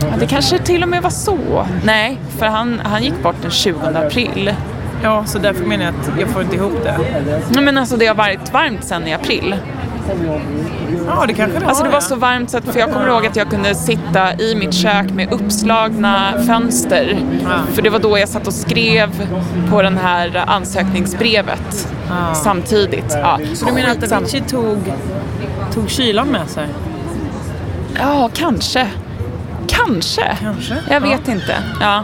Speaker 3: Ja, det kanske till och med var så. Nej, för han, han gick bort den 20 april.
Speaker 4: Ja, så därför menar jag att jag får inte ihop det.
Speaker 3: Nej, men alltså det har varit varmt sen i april.
Speaker 4: Ja, det kanske det
Speaker 3: Alltså det
Speaker 4: ja.
Speaker 3: var så varmt så att, för jag kommer ihåg att jag kunde sitta i mitt kök med uppslagna fönster. För det var då jag satt och skrev på den här ansökningsbrevet samtidigt. Ja.
Speaker 4: Så du menar att Avicii tog, tog kylan med sig?
Speaker 3: Ja, kanske. Kanske.
Speaker 4: Kanske.
Speaker 3: Jag vet inte. Ja.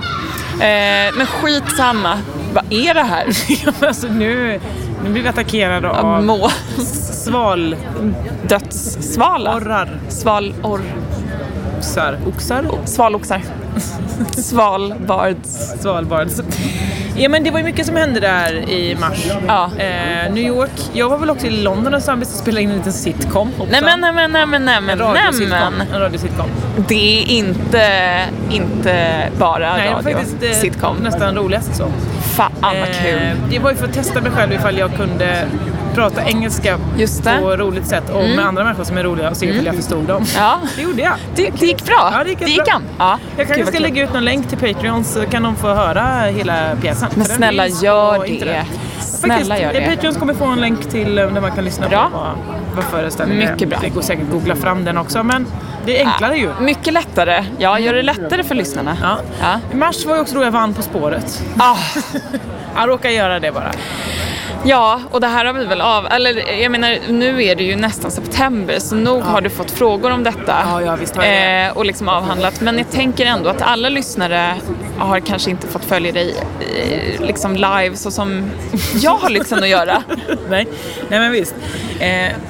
Speaker 3: Eh, men skitsamma. Vad är det här?
Speaker 4: Ja, men alltså nu, nu blir vi attackerade av
Speaker 3: Må
Speaker 4: svalorrar.
Speaker 3: dödssvala. Svalor...
Speaker 4: Oxar. Oxar?
Speaker 3: Svaloxar. Svalbards...
Speaker 4: Svalbards. Ja men det var ju mycket som hände där i mars.
Speaker 3: Ja.
Speaker 4: Eh, New York, jag var väl också i London och samtidigt spelade in en liten sitcom också.
Speaker 3: Nej men, nej men, nej men, nej men,
Speaker 4: En
Speaker 3: nej
Speaker 4: radiositcom.
Speaker 3: men.
Speaker 4: En radiositcom.
Speaker 3: Det är inte, inte bara
Speaker 4: Nej, det var
Speaker 3: radio.
Speaker 4: faktiskt eh,
Speaker 3: Sitcom.
Speaker 4: nästan roligast så.
Speaker 3: Fan vad kul.
Speaker 4: Eh, Det var ju för att testa mig själv ifall jag kunde prata engelska
Speaker 3: Just det. Mm.
Speaker 4: på ett roligt sätt och med andra människor som är roliga och se ifall jag förstod dem.
Speaker 3: Ja.
Speaker 4: Det gjorde jag.
Speaker 3: Det, det gick bra.
Speaker 4: Ja, det gick
Speaker 3: gick
Speaker 4: bra.
Speaker 3: an. Ja.
Speaker 4: Jag
Speaker 3: Gud,
Speaker 4: kanske
Speaker 3: vad
Speaker 4: ska
Speaker 3: kul.
Speaker 4: lägga ut någon länk till Patreon så kan de få höra hela pjäsen.
Speaker 3: Men
Speaker 4: För den
Speaker 3: snälla,
Speaker 4: finns på
Speaker 3: gör det.
Speaker 4: internet.
Speaker 3: Snälla,
Speaker 4: Faktiskt,
Speaker 3: gör det.
Speaker 4: Patreon kommer få en länk till eh, där man kan lyssna
Speaker 3: Bra.
Speaker 4: på vad, vad föreställningen
Speaker 3: Mycket
Speaker 4: är.
Speaker 3: bra.
Speaker 4: Det går säkert att googla fram den också men det är enklare ju.
Speaker 3: Mycket lättare. Ja, gör det lättare för lyssnarna.
Speaker 4: Mm. Ja.
Speaker 3: Ja.
Speaker 4: I mars var ju också då jag vann På spåret.
Speaker 3: Ah,
Speaker 4: Jag råkar göra det bara.
Speaker 3: ja, och det här har vi väl av... Eller jag menar, nu är det ju nästan september så nog har du fått frågor om detta.
Speaker 4: Ja, ja, visst har jag det.
Speaker 3: Eh, och liksom avhandlat. Men jag tänker ändå att alla lyssnare har kanske inte fått följa dig eh, liksom live så som jag har lyxen att göra.
Speaker 4: Nej, nej men visst. Eh,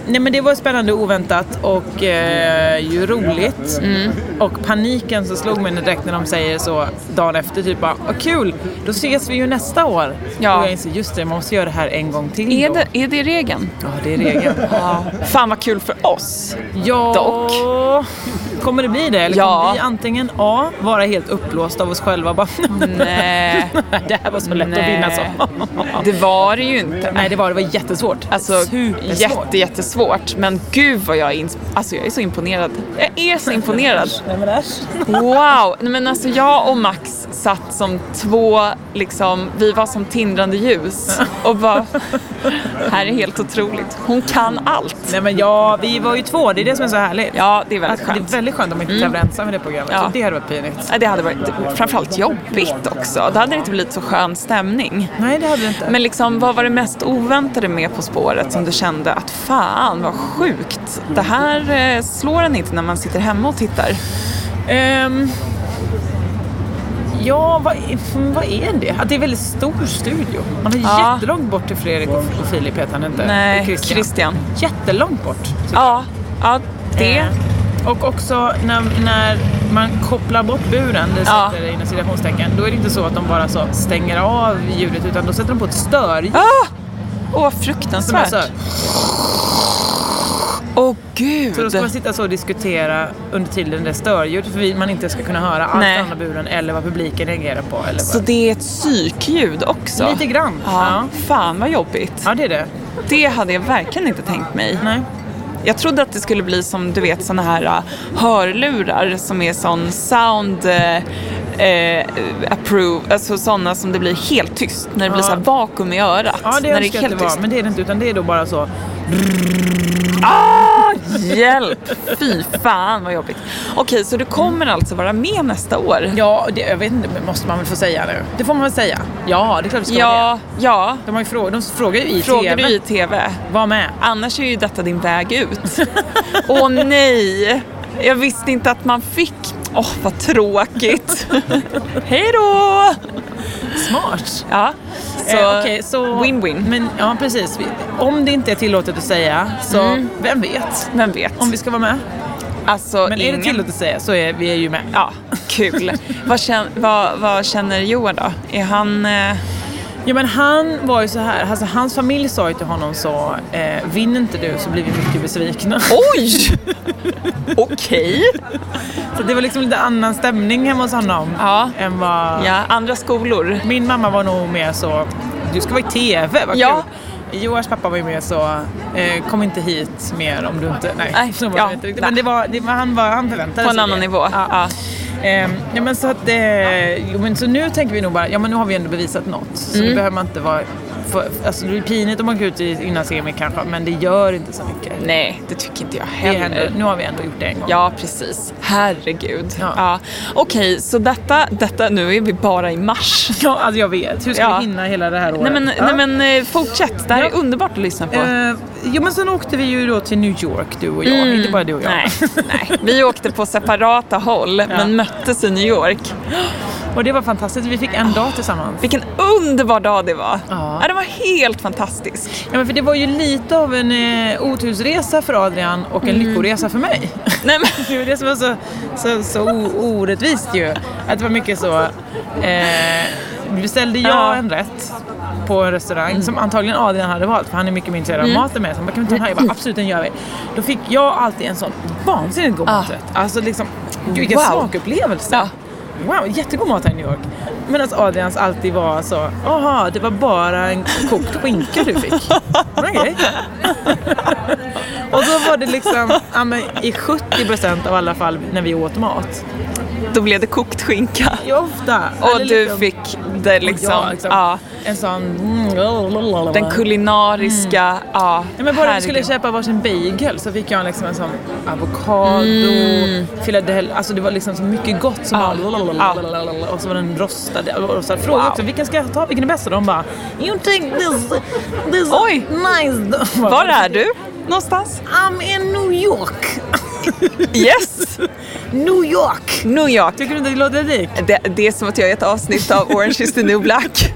Speaker 4: nej men det var spännande och oväntat och eh, ju roligt.
Speaker 3: Mm.
Speaker 4: Och paniken som slog mig direkt när de säger så dagen efter, typ bara "Vad kul, då ses vi ju nästa år.
Speaker 3: Ja.
Speaker 4: Och jag inser, just det, man måste göra det här en gång till
Speaker 3: Är
Speaker 4: då."
Speaker 3: det, är det regeln?
Speaker 4: Ja, det är regeln.
Speaker 3: Ja. Fan vad kul för oss.
Speaker 4: ja,
Speaker 3: Dock.
Speaker 4: kommer det bli det? Eller
Speaker 3: Ja.
Speaker 4: kommer vi antingen A, vara helt uppblåsta av oss själva och bara
Speaker 3: Nej,
Speaker 4: det här var så lätt
Speaker 3: Mm. Nej.
Speaker 4: att vinna så.
Speaker 3: det var det ju inte.
Speaker 4: Nej, det var, det var jättesvårt.
Speaker 3: Alltså
Speaker 4: Supersvårt.
Speaker 3: jätte, jättesvårt. Men gud vad jag är, ins- alltså, jag är så imponerad. Jag är så imponerad.
Speaker 4: Nej, men äsch.
Speaker 3: Wow! Nej, men alltså, jag och Max satt som två, liksom, vi var som tindrande ljus och bara, här är helt otroligt. Hon kan allt.
Speaker 4: Nej men ja, vi var ju två, det är det som är så härligt.
Speaker 3: Ja, det är väldigt
Speaker 4: Alltså, det är
Speaker 3: skönt. Mm.
Speaker 4: väldigt skönt om man inte tävlar ensam i det programmet.
Speaker 3: Ja.
Speaker 4: Så det hade varit pinigt.
Speaker 3: Ja, Det hade varit framförallt jobbigt också. Då hade det inte blivit så skön stämning.
Speaker 4: Nej, det hade det inte.
Speaker 3: Men liksom, vad var det mest oväntade med På spåret som du kände att fan vad sjukt, det här eh, slår en inte när man sitter hemma och tittar?
Speaker 4: Ehm, ja, vad, är- vad är det? Att det är en väldigt stor studio. Man är
Speaker 3: Ja.
Speaker 4: jättelångt bort till Fredrik och, och Filip heter han inte.
Speaker 3: Nej,
Speaker 4: Och
Speaker 3: Christian.
Speaker 4: Christian. Jättelångt bort.
Speaker 3: Ja, ja det.
Speaker 4: Ehm, och också när, när man kopplar bort buren, det
Speaker 3: Ja.
Speaker 4: sätter det inom citationstecken, då är det inte så att de bara så stänger av ljudet utan då sätter de på ett störljud.
Speaker 3: Ah! Åh,
Speaker 4: som alltså- är
Speaker 3: fruktansvärt.
Speaker 4: så här.
Speaker 3: Åh
Speaker 4: Så då
Speaker 3: gud.
Speaker 4: ska man sitta så och diskutera under tiden det störljud för vi- man inte ska kunna höra allt
Speaker 3: Nej.
Speaker 4: andra buren eller vad publiken reagerar på. Eller
Speaker 3: Så
Speaker 4: vad.
Speaker 3: det är ett psykljud också?
Speaker 4: Lite grann.
Speaker 3: Ja,
Speaker 4: Ja.
Speaker 3: fan vad jobbigt.
Speaker 4: ja, det är det.
Speaker 3: Det hade jag verkligen inte tänkt mig.
Speaker 4: Nej.
Speaker 3: Jag trodde att det skulle bli som du vet såna här äh, hörlurar som är sån sound eh, eh, approve, alltså sådana som det blir helt tyst när det blir så här vakuum i örat.
Speaker 4: Ja, det
Speaker 3: när
Speaker 4: önskar jag att det var, men det är det inte utan det är då bara så.
Speaker 3: Ah! Hjälp! Fy fan vad jobbigt. Okej, så du kommer alltså vara med nästa år?
Speaker 4: Ja, det, jag vet inte, men måste man väl få säga nu? Det får man väl säga? Ja, det är klart du ska vara
Speaker 3: ja, ja.
Speaker 4: det. De, har ju fråga, de frågar ju i
Speaker 3: Frågar
Speaker 4: TV.
Speaker 3: du i TV?
Speaker 4: Var med.
Speaker 3: Annars är ju detta din väg ut. Åh nej! Jag visste inte att man fick. Åh, vad tråkigt. Hej då!
Speaker 4: Smart.
Speaker 3: Ja, så
Speaker 4: Eh, okej, så-
Speaker 3: win-win.
Speaker 4: Men ja, precis. Vi- Om det inte är tillåtet att säga så vem vet?
Speaker 3: Vem vet?
Speaker 4: Om vi ska vara med.
Speaker 3: alltså,
Speaker 4: Men är
Speaker 3: ingen...
Speaker 4: det tillåtet att säga så är vi är ju med.
Speaker 3: Ja, kul. vad, kän... vad, vad känner Johan då? Är han... Eh...
Speaker 4: Ja men han var ju så här, alltså hans familj sa ju till honom så, eh, vinner inte du så blir vi mycket besvikna.
Speaker 3: Oj! Okej.
Speaker 4: Så det var liksom lite annan stämning hemma hos honom.
Speaker 3: Ja.
Speaker 4: Än vad...
Speaker 3: Ja, andra skolor.
Speaker 4: Min mamma var nog mer så, du ska vara i TV, vad
Speaker 3: Ja.
Speaker 4: kul. Joars pappa var ju mer så, eh, kom inte hit mer om du inte... Nej,
Speaker 3: Nej,
Speaker 4: så var
Speaker 3: ja,
Speaker 4: det inte riktigt.
Speaker 3: nej.
Speaker 4: Men det var, det var, han, var, han förväntade
Speaker 3: På en
Speaker 4: sig
Speaker 3: annan
Speaker 4: det.
Speaker 3: nivå.
Speaker 4: Ja.
Speaker 3: Ja.
Speaker 4: Ehm, ja, men så, att, eh, jo, men så nu tänker vi nog bara, ja men nu har vi ändå bevisat något. Så
Speaker 3: Mm.
Speaker 4: nu behöver man inte vara... För, alltså det är pinigt om man går ut i- innan semin kanske, men det gör inte så mycket.
Speaker 3: Nej, det tycker inte jag
Speaker 4: Det är ändå,
Speaker 3: heller.
Speaker 4: nu har vi ändå gjort det en gång.
Speaker 3: Ja, precis. Herregud. Ja.
Speaker 4: Ja.
Speaker 3: Okej, så detta, detta, nu är vi bara i mars.
Speaker 4: Ja, alltså jag vet. Hur ska
Speaker 3: Ja.
Speaker 4: vi hinna hela det här året?
Speaker 3: Nej men,
Speaker 4: ja.
Speaker 3: nej, men eh, fortsätt, det här är underbart att lyssna på.
Speaker 4: Eh, jo men sen åkte vi ju då till New York du och jag, inte bara du och jag.
Speaker 3: Nej, nej, vi åkte på separata håll men möttes i New York.
Speaker 4: Och det var fantastiskt, vi fick en dag tillsammans.
Speaker 3: Vilken underbar dag det var!
Speaker 4: Ja.
Speaker 3: Ja, det var helt fantastisk.
Speaker 4: Ja, men för det var ju lite av en eh, otursresa för Adrian och en lyckoresa för mig.
Speaker 3: Nej, men,
Speaker 4: Det var det som var så, så, så o- orättvist ju. Att det var mycket så... Eh, beställde jag
Speaker 3: Ja.
Speaker 4: en rätt på en restaurang som antagligen Adrian hade valt för han är mycket mer intresserad av maten med. Så han bara, kan vi ta den här? Jag bara, absolut den gör vi. Då fick jag alltid en sån vansinnigt god maträtt. Alltså liksom, gud, vilken
Speaker 3: Wow.
Speaker 4: smakupplevelse.
Speaker 3: Ja.
Speaker 4: Wow, jättegod mat här i New York. Medan Adrians alltid var så, jaha, det var bara en kokt skinka du fick. Okej. Och då var det liksom, ja, men, i 70% av alla fall när vi åt mat.
Speaker 3: Då blev det kokt skinka.
Speaker 4: Ja, Ofta.
Speaker 3: Och
Speaker 4: Eller
Speaker 3: du
Speaker 4: liksom-
Speaker 3: fick det liksom,
Speaker 4: Ja,
Speaker 3: ja,
Speaker 4: liksom. En sån... mm, Den
Speaker 3: den kulinariska, ja.
Speaker 4: Mm. Ja, men bara vi
Speaker 3: herregud.
Speaker 4: skulle köpa varsin bagel så fick jag liksom en sån avokado,
Speaker 3: Mm.
Speaker 4: Philadelphia, alltså det var liksom så mycket gott som
Speaker 3: Ja.
Speaker 4: bara... Och så var den rostad. rostad. Fråga
Speaker 3: Wow.
Speaker 4: också, vilken ska jag ta? Vilken är bäst? Och de bara... You take this, this
Speaker 3: Oj.
Speaker 4: nice...
Speaker 3: Var är du någonstans?
Speaker 4: I'm in New York. Alltså,
Speaker 3: Yes!
Speaker 4: New York!
Speaker 3: New York.
Speaker 4: Tycker du inte det låter likt?
Speaker 3: Det, det är som att jag är ett avsnitt av Orange is the new black.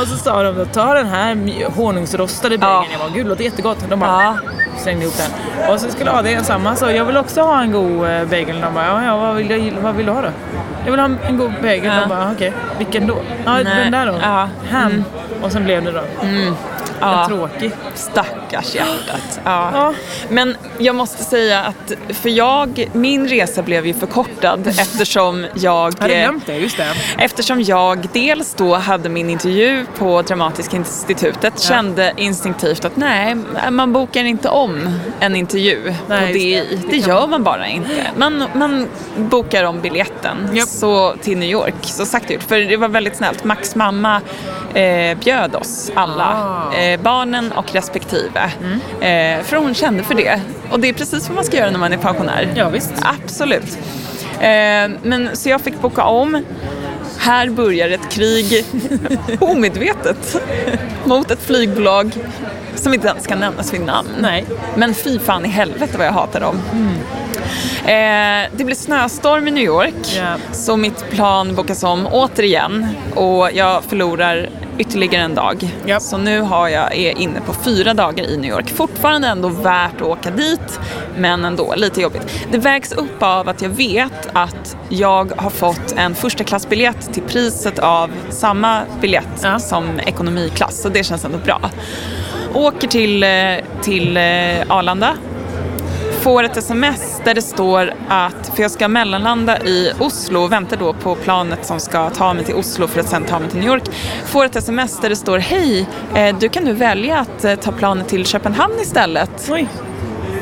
Speaker 4: Och så sa de då, ta den här mj- honungsrostade bageln.
Speaker 3: Ja.
Speaker 4: Jag bara, gud det låter jättegott. De bara,
Speaker 3: Ja.
Speaker 4: slängde ihop den. Och så skulle Adrian samma så jag vill också ha en god eh, bagel. De bara, ja, ja vad, vill jag, vad vill du ha då? Jag vill ha en god bagel.
Speaker 3: Ja.
Speaker 4: De bara, okej, vilken då? Ja,
Speaker 3: Nej.
Speaker 4: den där då.
Speaker 3: Ja. Mm.
Speaker 4: Hem. Och sen blev det då.
Speaker 3: Ja.
Speaker 4: En tråkig.
Speaker 3: Stackars hjärtat. Ja.
Speaker 4: Ja.
Speaker 3: Men jag måste säga att för jag, min resa blev ju förkortad eftersom jag...
Speaker 4: Jag hade
Speaker 3: eh,
Speaker 4: glömt det, just det.
Speaker 3: Eftersom jag dels då hade min intervju på Dramatiska institutet kände instinktivt att nej, man bokar inte om en intervju
Speaker 4: Nej,
Speaker 3: på
Speaker 4: just
Speaker 3: DI.
Speaker 4: det.
Speaker 3: Det, gör man bara inte. Man, man bokar om biljetten
Speaker 4: Japp.
Speaker 3: så, till New York, så sagt ut. För det var väldigt snällt. Max mamma eh, bjöd oss alla,
Speaker 4: Ah. Mm.
Speaker 3: eh, barnen och respektive. Eh, för hon kände för det. Och det är precis vad man ska göra när man är pensionär.
Speaker 4: Ja, visst.
Speaker 3: Absolut. Eh, men, så jag fick boka om. Här börjar ett krig, omedvetet, mot ett flygbolag som inte ens kan nämnas vid namn.
Speaker 4: Nej.
Speaker 3: Men fy fan i helvete vad jag hatar dem. Eh, det blir snöstorm i New York,
Speaker 4: Ja.
Speaker 3: så mitt plan bokas om återigen och jag förlorar ytterligare en dag.
Speaker 4: Ja.
Speaker 3: Så nu har jag, är inne på fyra dagar i New York. Fortfarande ändå värt att åka dit, men ändå lite jobbigt. Det vägs upp av att jag vet att jag har fått en första klassbiljett till priset av samma biljett
Speaker 4: Ja.
Speaker 3: som ekonomiklass, så det känns ändå bra. Åker till, eh, till eh, Arlanda, får ett sms där det står att, för jag ska mellanlanda i Oslo och väntar då på planet som ska ta mig till Oslo för att sen ta mig till New York. Får ett sms där det står hej, eh, du kan nu välja att eh, ta planet till Köpenhamn istället.
Speaker 4: Oj.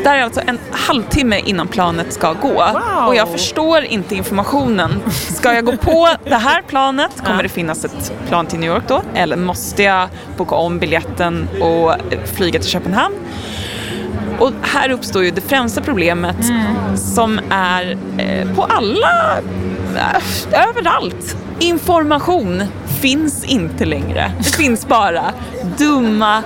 Speaker 3: Det här är alltså en halvtimme innan planet ska gå
Speaker 4: Wow.
Speaker 3: och jag förstår inte informationen. Ska jag gå på det här planet? Kommer det finnas ett plan till New York då? Eller måste jag boka om biljetten och eh, flyga till Köpenhamn?
Speaker 4: Mm.
Speaker 3: Och här uppstår ju det främsta problemet som är eh, på alla, eh, överallt. Information finns inte längre. Det finns bara dumma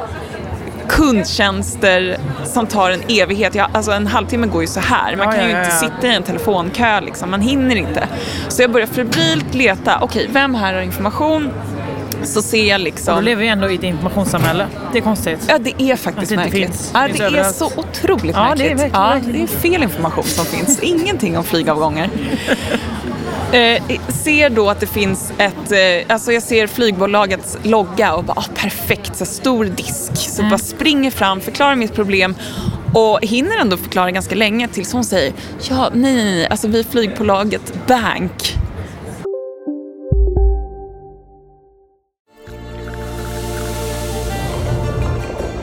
Speaker 3: kundtjänster som tar en evighet. Ja, alltså en halvtimme går ju så här. Man
Speaker 4: Ja,
Speaker 3: kan ju
Speaker 4: ja, ja,
Speaker 3: inte
Speaker 4: ja.
Speaker 3: sitta i en telefonkö, liksom. man hinner inte. Så jag börjar febrilt leta. Okej, vem här har information? Så ser jag liksom...
Speaker 4: Då lever vi ändå i ett informationssamhälle. Det är konstigt.
Speaker 3: Ja, det är faktiskt
Speaker 4: Att det inte
Speaker 3: märkligt.
Speaker 4: finns.
Speaker 3: Ja,
Speaker 4: Det
Speaker 3: det
Speaker 4: finns
Speaker 3: är
Speaker 4: överallt.
Speaker 3: så otroligt
Speaker 4: Ja, det är
Speaker 3: märkligt.
Speaker 4: verkligen,
Speaker 3: ja,
Speaker 4: verkligen.
Speaker 3: det är fel information som finns. Ingenting om flygavgångar. Eh, ser då att det finns ett, eh, alltså jag ser flygbolagets logga och bara ah, perfekt, så här stor disk. Så
Speaker 4: Mm.
Speaker 3: bara springer fram, förklarar mitt problem och hinner ändå förklara ganska länge tills hon säger ja, nej, nej, nej, alltså vi är flygbolaget Bank.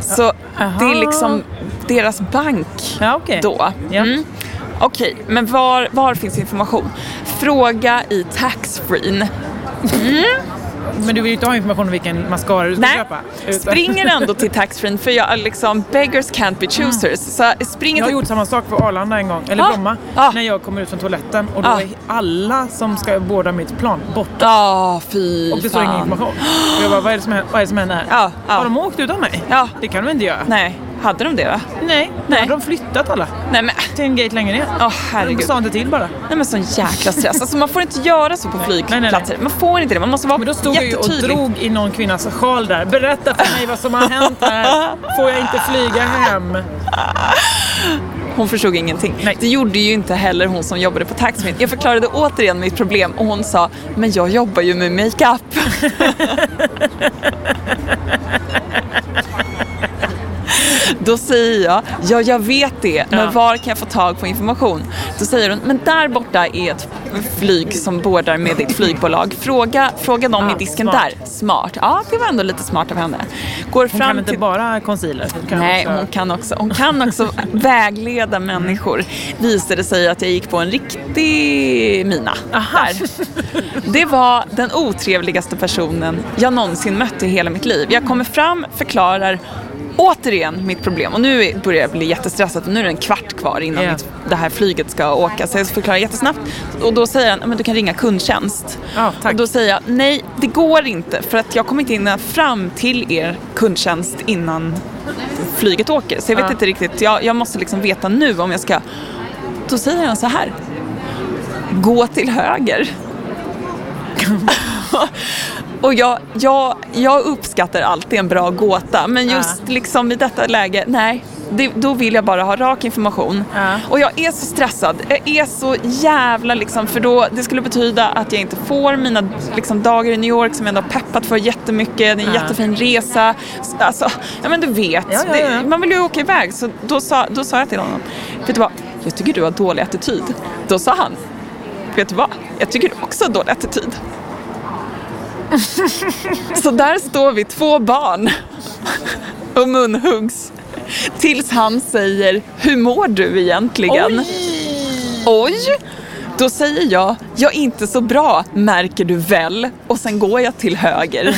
Speaker 3: Så det är liksom deras bank
Speaker 4: Ja, okej.
Speaker 3: då.
Speaker 4: Ja.
Speaker 3: Mm. Okej, men var, var finns information? Fråga i taxfreen.
Speaker 4: Men du vill ju inte ha information om vilken mascara du ska
Speaker 3: Nej,
Speaker 4: köpa. utan-
Speaker 3: springer ändå till taxfreen för jag är liksom beggars can't be choosers. Så jag springer
Speaker 4: Mm. Jag har
Speaker 3: till...
Speaker 4: gjort samma sak på Arlanda en gång, eller
Speaker 3: Ah,
Speaker 4: Bromma,
Speaker 3: ah.
Speaker 4: när jag kommer ut från toaletten och då
Speaker 3: Ah.
Speaker 4: är alla som ska boarda mitt plan borta.
Speaker 3: Ja, fy
Speaker 4: Och det står ingen
Speaker 3: fan.
Speaker 4: information. Och jag bara, vad är det som händer? Vad är det som händer?
Speaker 3: Ja, ja.
Speaker 4: Har de åkt utan mig?
Speaker 3: Ja.
Speaker 4: Det kan de inte göra.
Speaker 3: Nej, hade de det va?
Speaker 4: Nej.
Speaker 3: Nej.
Speaker 4: Har de flyttat alla?
Speaker 3: Nej men,
Speaker 4: Till en gate längre ner?
Speaker 3: åh
Speaker 4: De
Speaker 3: herregud.
Speaker 4: sa inte till bara.
Speaker 3: Nej men sån jäkla stress. Alltså man får inte göra så på
Speaker 4: nej, nej.
Speaker 3: flygplatser. Man får inte det. Man måste vara
Speaker 4: Men då stod jag ju och
Speaker 3: jättetydlig.
Speaker 4: drog i någon kvinnas sjal där. Berätta för mig vad som har hänt här. Får jag inte flyga hem?
Speaker 3: Hon förstod ingenting.
Speaker 4: Nej.
Speaker 3: Det gjorde ju inte heller hon som jobbade på taxfree. Jag förklarade återigen mitt problem och hon sa, men jag jobbar ju med makeup. Då säger jag, ja jag vet det, men var kan jag få tag på information? Då säger hon, men där borta är ett flyg som bordar med ditt flygbolag. Fråga, fråga dem i disken
Speaker 4: smart.
Speaker 3: där. Smart. Ja, det var ändå lite smart av henne. Går
Speaker 4: Hon
Speaker 3: fram
Speaker 4: kan inte
Speaker 3: till...
Speaker 4: bara concealer. Hon kan
Speaker 3: Nej,
Speaker 4: också-
Speaker 3: hon kan också, hon kan också vägleda människor. Visade sig att jag gick på en riktig mina. Där. Det var den otrevligaste personen jag någonsin mött i hela mitt liv. Jag kommer fram, förklarar återigen mitt problem och nu börjar jag bli jättestressad. Nu är det en kvart kvar innan
Speaker 4: Ja.
Speaker 3: mitt, det här flyget ska åka så jag förklarar jättesnabbt och då säger han "Ja, men du kan ringa kundtjänst.
Speaker 4: Ja, tack.
Speaker 3: Och då säger jag nej, det går inte för att jag kommer inte hinna fram till er kundtjänst innan flyget åker. Så jag vet inte riktigt, jag, jag måste liksom veta nu om jag ska... Då säger han så här. Gå till höger. Och jag, jag, jag uppskattar alltid en bra gåta, men just liksom i detta läge, nej. Det, då vill jag bara ha rak information.
Speaker 4: Ja.
Speaker 3: Och jag är så stressad. Jag är så jävla liksom, för då, det skulle betyda att jag inte får mina liksom, dagar i New York som jag ändå har peppat för jättemycket. Det är en jättefin resa. Alltså, ja men du vet.
Speaker 4: Ja, ja, ja.
Speaker 3: Det, man vill ju åka iväg. Så då sa, då sa jag till honom, vet du vad, jag tycker du har dålig attityd. Då sa han, vet du vad, jag tycker du också har dålig attityd. Så där står vi, två barn, och munhuggs. Tills han säger, hur mår du egentligen? Oj! Då säger jag, jag är inte så bra, märker du väl? Och sen går jag till höger.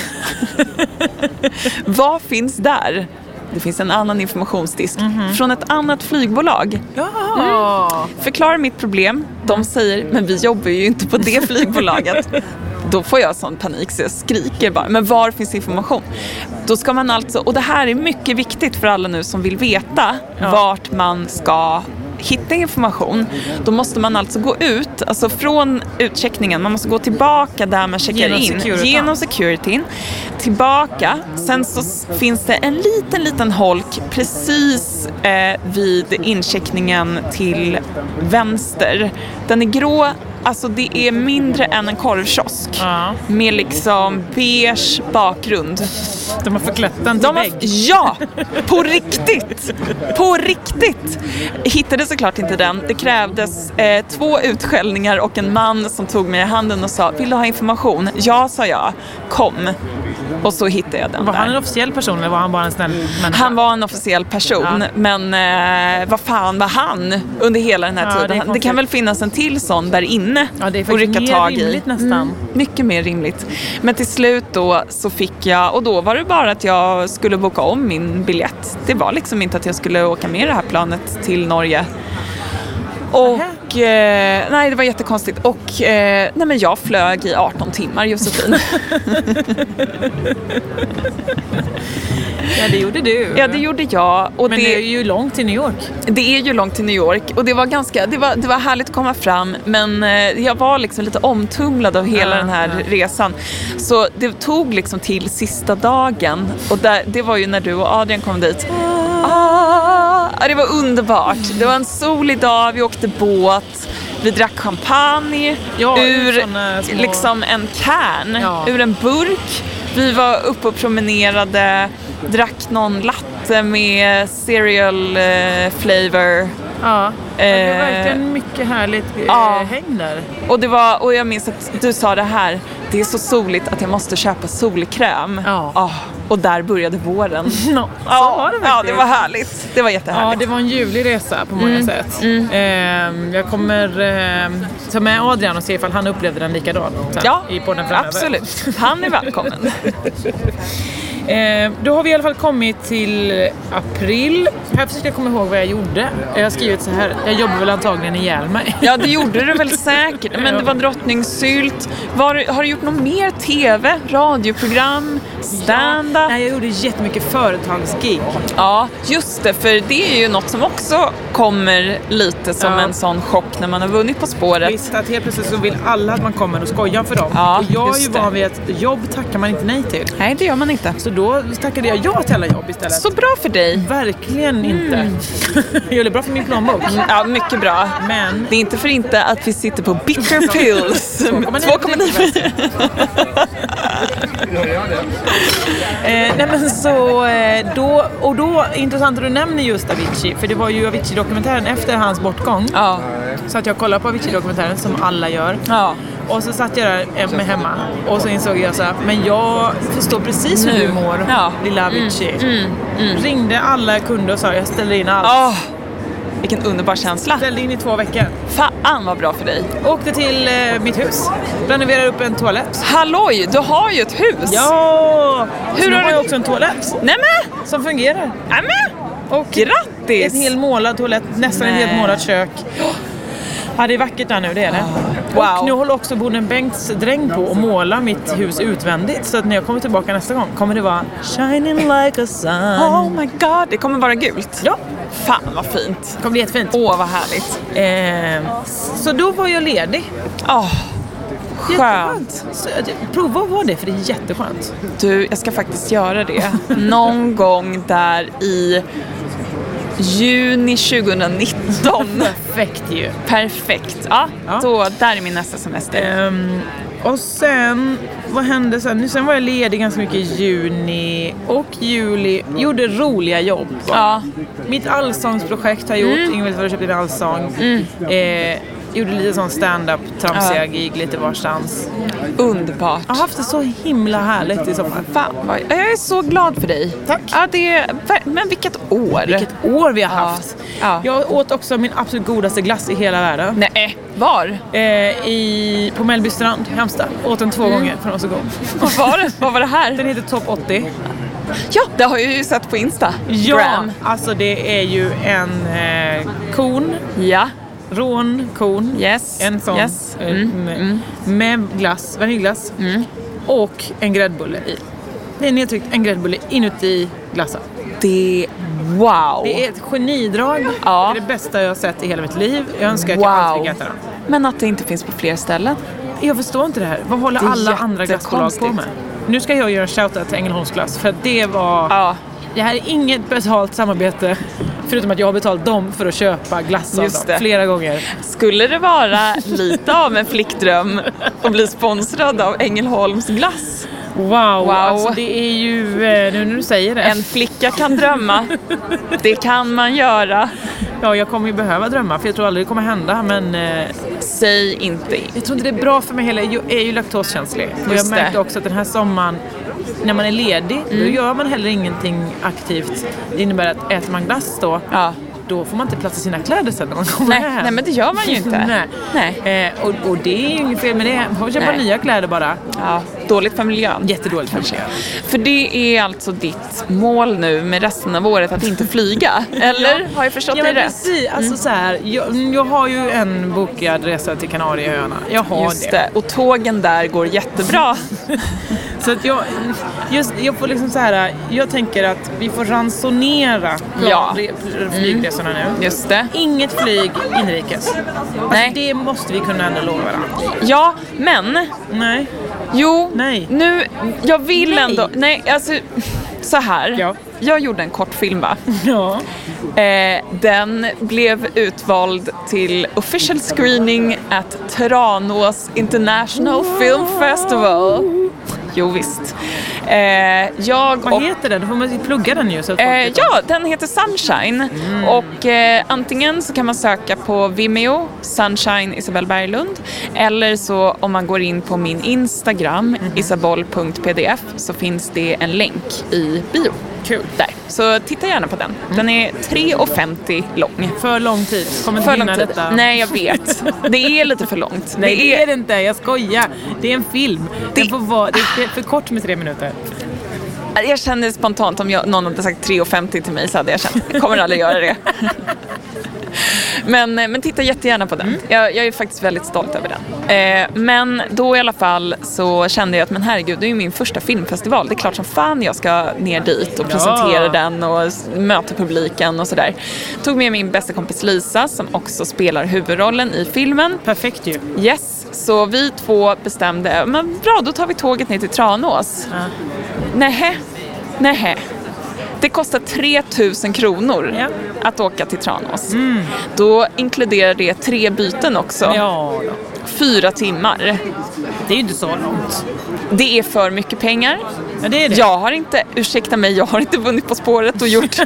Speaker 3: Vad finns där? Det finns en annan informationsdisk
Speaker 4: Mhm.
Speaker 3: från ett annat flygbolag.
Speaker 4: Ja.
Speaker 3: Förklarar mitt problem. De säger, men vi jobbar ju inte på det flygbolaget. Då får jag sån panik så jag skriker bara, men var finns information? Då ska man alltså, och det här är mycket viktigt för alla nu som vill veta vart man ska hitta information. Då måste man alltså gå ut, alltså från utcheckningen, man måste gå tillbaka där man checkar
Speaker 4: Genom
Speaker 3: in.
Speaker 4: security.
Speaker 3: Genom securityn, tillbaka. Sen så s- finns det en liten, liten holk precis eh, vid incheckningen till vänster. Den är grå, alltså det är mindre än en korvkiosk.
Speaker 4: Ja.
Speaker 3: Med liksom beige bakgrund.
Speaker 4: De har förklätt den till
Speaker 3: De har,
Speaker 4: vägg.
Speaker 3: ja, på riktigt! På riktigt! Hittade såklart inte den. Det krävdes eh, två utskällningar och en man som tog mig i handen och sa “Vill du ha information?” “Ja” sa jag. “Kom!” Och så hittade jag den
Speaker 4: Var han en
Speaker 3: där.
Speaker 4: officiell person eller var han bara en snäll människa?
Speaker 3: Han var en officiell person,
Speaker 4: Ja.
Speaker 3: men eh, vad fan var han under hela den här
Speaker 4: Ja, det är
Speaker 3: tiden? Det,
Speaker 4: konstigt.
Speaker 3: kan väl finnas en till sån där inne
Speaker 4: Ja, det är
Speaker 3: och
Speaker 4: faktiskt
Speaker 3: rycka
Speaker 4: mer
Speaker 3: tag i? Mm,
Speaker 4: rimligt nästan.
Speaker 3: mycket mer rimligt. Men till slut då så fick jag, och då var det bara att jag skulle boka om min biljett. Det var liksom inte att jag skulle åka med det här planet till Norge. Och eh, nej, det var jättekonstigt. Och eh, nej, men jag flög i 18 timmar Josefin.
Speaker 4: Ja, det gjorde du.
Speaker 3: ja, det gjorde jag. Och
Speaker 4: Men det är ju långt till New York.
Speaker 3: det är ju långt till New York och det var, ganska, det var, det var härligt att komma fram men eh, jag var liksom lite omtumlad av hela
Speaker 4: Ja,
Speaker 3: den här resan. Så det tog liksom till sista dagen och där, det var ju när du och Adrian kom dit. Ah, ja, det var underbart. Det var en solig dag, vi åkte båt, vi drack champagne
Speaker 4: Ja, ur
Speaker 3: ur
Speaker 4: såna små-
Speaker 3: liksom en can,
Speaker 4: Ja.
Speaker 3: ur en burk. Vi var uppe och promenerade, drack någon latte med cereal eh, flavor.
Speaker 4: Ja. det var
Speaker 3: Eh,
Speaker 4: verkligen mycket härligt eh,
Speaker 3: ja.
Speaker 4: häng där.
Speaker 3: Och, det var, och jag minns att du sa det här, det är så soligt att jag måste köpa solkräm.
Speaker 4: Ja.
Speaker 3: Ah, Och där började våren.
Speaker 4: No, så
Speaker 3: Ja,
Speaker 4: var det
Speaker 3: ja, det
Speaker 4: faktiskt.
Speaker 3: var härligt. Mm, Det var
Speaker 4: Ja,
Speaker 3: jättehärligt.
Speaker 4: det var en ljuvlig resa på många sätt. Ehm, jag kommer ehm, ta med Adrian och se ifall han upplevde den likadant sen
Speaker 3: Ja,
Speaker 4: i podden framöver.
Speaker 3: absolut. Han är välkommen.
Speaker 4: Ehm, då har vi i alla fall kommit till april. Här försöker jag komma ihåg vad jag gjorde. Jag har skrivit så här, jag jobbar väl antagligen ihjäl mig.
Speaker 3: Ja, det gjorde du väl säkert. Men det var drottningsylt. Var, har du gjort något mer? TV, radioprogram, stand-up?
Speaker 4: Nej, jag gjorde jättemycket företagsgig.
Speaker 3: Ja, just det, för det är ju något som också kommer lite som
Speaker 4: Ja.
Speaker 3: en sån chock när man har vunnit På spåret.
Speaker 4: Visst, att helt plötsligt så vill alla att man kommer och skojar för dem.
Speaker 3: Ja,
Speaker 4: och jag är ju
Speaker 3: just det.
Speaker 4: van vid att jobb tackar man inte nej till.
Speaker 3: Nej, det gör man inte.
Speaker 4: Så då tackade jag ja till alla jobb istället.
Speaker 3: Så bra för dig.
Speaker 4: Verkligen inte. jag gjorde bra för min plånbok.
Speaker 3: Ja, mycket bra.
Speaker 4: Men
Speaker 3: Det är inte för inte att vi sitter på Bitter Pills med 2,9.
Speaker 4: Eh, nej men så, eh, då, och då, intressant att du nämner just Avicii, för det var ju Avicii-dokumentären efter hans bortgång.
Speaker 3: Ja.
Speaker 4: Så att jag kollade på Avicii-dokumentären, som alla gör.
Speaker 3: ja,
Speaker 4: Och så satt jag där eh, med hemma och så insåg jag så här, men jag förstår precis hur
Speaker 3: Nu.
Speaker 4: du mår,
Speaker 3: Ja. Mm.
Speaker 4: lilla Avicii. Ringde alla kunder och sa, jag ställer in allt.
Speaker 3: Åh, vilken underbar känsla.
Speaker 4: Ställde in i två veckor.
Speaker 3: Fan vad bra för dig.
Speaker 4: Åkte till eh, mitt hus, renoverade upp en toalett.
Speaker 3: Halloj, du har ju ett hus.
Speaker 4: Ja!
Speaker 3: Hur
Speaker 4: Hur
Speaker 3: har
Speaker 4: har
Speaker 3: du-
Speaker 4: jag också en toalett
Speaker 3: Nämen,
Speaker 4: som fungerar.
Speaker 3: nämen.
Speaker 4: Och
Speaker 3: Grattis!
Speaker 4: En hel målad toalett, nästan ett
Speaker 3: Nej.
Speaker 4: helt målat kök. Ja, det är vackert där nu, det är det.
Speaker 3: Ah, Wow.
Speaker 4: Och nu håller också Boden Bengts dräng på att måla mitt hus utvändigt. Så att när jag kommer tillbaka nästa gång kommer det vara shining like a sun.
Speaker 3: Oh my god, det kommer vara gult.
Speaker 4: Ja,
Speaker 3: Fan vad fint.
Speaker 4: det kommer bli jättefint.
Speaker 3: Åh, vad härligt.
Speaker 4: Eh, så då var jag ledig.
Speaker 3: Åh, skönt.
Speaker 4: Så, att- prova att vara det, för det är jätteskönt.
Speaker 3: Du, jag ska faktiskt göra det. Någon gång där i juni 2019.
Speaker 4: Perfekt ju.
Speaker 3: Perfekt. Ja, Eh.
Speaker 4: Ja.
Speaker 3: Då, där är min nästa semester.
Speaker 4: Ehm, och sen, vad hände sen? Nu, sen var jag ledig ganska mycket i juni och juli. Gjorde roliga jobb.
Speaker 3: Ja.
Speaker 4: Mitt allsångsprojekt har jag gjort. Mm. Ingvild var och köpte en allsång. Eh, gjorde lite sån stand-up, tramsiga
Speaker 3: Mm. Ja.
Speaker 4: gig lite varstans.
Speaker 3: Underbart.
Speaker 4: Jag har haft det så himla härligt i sommar.
Speaker 3: Fan, vad, jag är så glad för dig.
Speaker 4: Tack.
Speaker 3: Ja, det, men vilket år.
Speaker 4: Vilket år vi har haft.
Speaker 3: Ja.
Speaker 4: Jag åt också min absolut godaste glass i hela världen.
Speaker 3: Nej, var?
Speaker 4: Eh, i, på Mellby strand, Halmstad. Åt den
Speaker 3: Mm.
Speaker 4: två gånger för den var så god.
Speaker 3: Vad var det? Vad var det här?
Speaker 4: Den heter Top 80.
Speaker 3: Ja, det har jag ju sett på Insta.
Speaker 4: Ja,
Speaker 3: Gram.
Speaker 4: alltså det är ju en eh, kon,
Speaker 3: Ja.
Speaker 4: rån kon.
Speaker 3: Yes.
Speaker 4: En sån.
Speaker 3: Yes. Mm.
Speaker 4: eh, med, med glass, vaniljglass. Och en gräddbulle i. Det är nedtryckt en gräddbulle inuti glassen.
Speaker 3: Det... Wow.
Speaker 4: Det är ett genidrag.
Speaker 3: Ja.
Speaker 4: Det är det bästa jag har sett i hela mitt liv. Jag önskar att
Speaker 3: Wow.
Speaker 4: jag aldrig fick äta dem.
Speaker 3: Men att det inte finns på fler ställen.
Speaker 4: Jag förstår inte det här. Vad håller
Speaker 3: Det är
Speaker 4: alla andra glassbolag på med?
Speaker 3: jättekonstigt.
Speaker 4: Nu ska jag göra en shoutout till Ängelholms glass för att det var...
Speaker 3: Ja,
Speaker 4: Det här är inget betalt samarbete förutom att jag har betalat dem för att köpa glass av
Speaker 3: Just
Speaker 4: dem
Speaker 3: det.
Speaker 4: flera gånger.
Speaker 3: Skulle det vara lite av en flickdröm att bli sponsrad av Ängelholms glass?
Speaker 4: Wow, alltså det är ju, eh, nu när du säger det,
Speaker 3: En flicka kan drömma. Det kan man göra.
Speaker 4: ja jag kommer ju behöva drömma för jag tror aldrig det kommer hända men eh,
Speaker 3: Säg inte
Speaker 4: jag tror inte det är bra för mig heller, jag är ju laktoskänslig. Och jag
Speaker 3: Just det. Mm.
Speaker 4: märkte också att den här sommaren när man är ledig, då gör man heller ingenting aktivt. Det innebär att äter man glass då,
Speaker 3: Ja.
Speaker 4: då får man inte plats i sina kläder sen när man kommer
Speaker 3: Nej,
Speaker 4: hem.
Speaker 3: nej, men det gör man ju inte.
Speaker 4: nej. Eh, och, och det är ju inget fel med det. Man får köpa
Speaker 3: Nej.
Speaker 4: nya kläder bara.
Speaker 3: Ja, dåligt för miljön.
Speaker 4: Jättedåligt för miljön.
Speaker 3: För det är alltså ditt mål nu med resten av året att inte flyga? Eller? Har jag förstått
Speaker 4: Ja
Speaker 3: det
Speaker 4: men
Speaker 3: rätt? Mm.
Speaker 4: precis, alltså så här, jag, jag har ju en bokad resa till Kanarieöarna. Jag har
Speaker 3: Just det. Och tågen där går jättebra.
Speaker 4: Mm. Så att jag, just, jag får liksom så här, jag tänker att vi får ransonera plan-
Speaker 3: Ja. Mm.
Speaker 4: re- flygresorna nu.
Speaker 3: Just det.
Speaker 4: Inget flyg inrikes.
Speaker 3: Nej.
Speaker 4: Alltså, det måste vi kunna ändå lova varandra.
Speaker 3: Ja, men
Speaker 4: Nej.
Speaker 3: Jo,
Speaker 4: Nej.
Speaker 3: nu, jag vill
Speaker 4: Nej.
Speaker 3: ändå, nej alltså så här.
Speaker 4: Ja.
Speaker 3: Jag gjorde en kortfilm va?
Speaker 4: Ja.
Speaker 3: Eh, den blev utvald till official screening at Tranås International Film Festival. Jo, visst. Eh, jag och
Speaker 4: Vad heter den? Då får man ju plugga den ju. Så att folk
Speaker 3: Eh,
Speaker 4: vet om.
Speaker 3: ja, den heter Sunshine.
Speaker 4: Mm.
Speaker 3: Och eh, antingen så kan man söka på Vimeo, Sunshine Isabelle Berglund. Eller så om man går in på min Instagram,
Speaker 4: Mhm.
Speaker 3: isaboll.pdf, så finns det en länk i bio. Kul. Där. Så titta gärna på den. Den är
Speaker 4: Mm.
Speaker 3: 3,50 lång.
Speaker 4: För lång tid. Kommer
Speaker 3: För
Speaker 4: inte
Speaker 3: lång
Speaker 4: hinna
Speaker 3: tid.
Speaker 4: detta.
Speaker 3: Nej, jag vet. Det är lite för långt.
Speaker 4: Nej, det är det inte. Jag skojar. Det är en film. Den
Speaker 3: Det- Ah.
Speaker 4: får vara, det är för kort med tre minuter.
Speaker 3: Äh, Jag känner spontant om jag, någon hade sagt 3,50 till mig så hade jag känt jag kommer aldrig göra det. Men, eh, men titta jättegärna på den. Jag, jag är faktiskt väldigt stolt över den. Eh, men då i alla fall så kände jag att men herregud, det är ju min första filmfestival. Det är klart som fan jag ska ner dit och presentera
Speaker 4: Ja.
Speaker 3: den och s- möta publiken och sådär. Tog med min bästa kompis Lisa som också spelar huvudrollen i filmen.
Speaker 4: Perfekt ju.
Speaker 3: Yes, så vi två bestämde, men bra då tar vi tåget ner till Tranås.
Speaker 4: Ja.
Speaker 3: Nähä, nähä. Det kostar 3 000 kronor
Speaker 4: Ja. Mm.
Speaker 3: att åka till Tranås. Då inkluderar det tre byten också,
Speaker 4: Ja, då.
Speaker 3: fyra timmar.
Speaker 4: det är ju inte så långt.
Speaker 3: Det är för mycket pengar.
Speaker 4: Ja, det är det.
Speaker 3: Jag har inte, ursäkta mig, jag har inte vunnit På spåret och gjort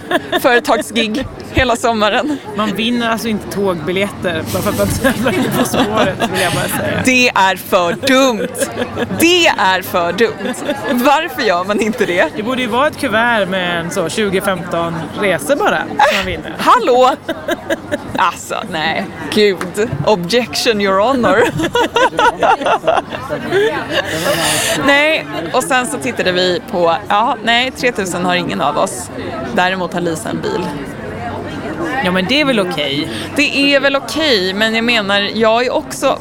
Speaker 3: företagsgig hela sommaren.
Speaker 4: Man vinner alltså inte tågbiljetter bara för att man tävlar i På spåret vill jag bara säga.
Speaker 3: Det är för dumt! Det är för dumt! Varför gör man inte det?
Speaker 4: Det borde ju vara ett kuvert med en så 2015 resor bara som man vinner.
Speaker 3: Hallå! Alltså, nej. Gud. Objection your honor. nej, och sen så tittade vi på, ja, nej, 3000 har ingen av oss. Däremot har Lisa en bil.
Speaker 4: Ja men det är väl okej.
Speaker 3: Det är väl okej, men jag menar, jag är också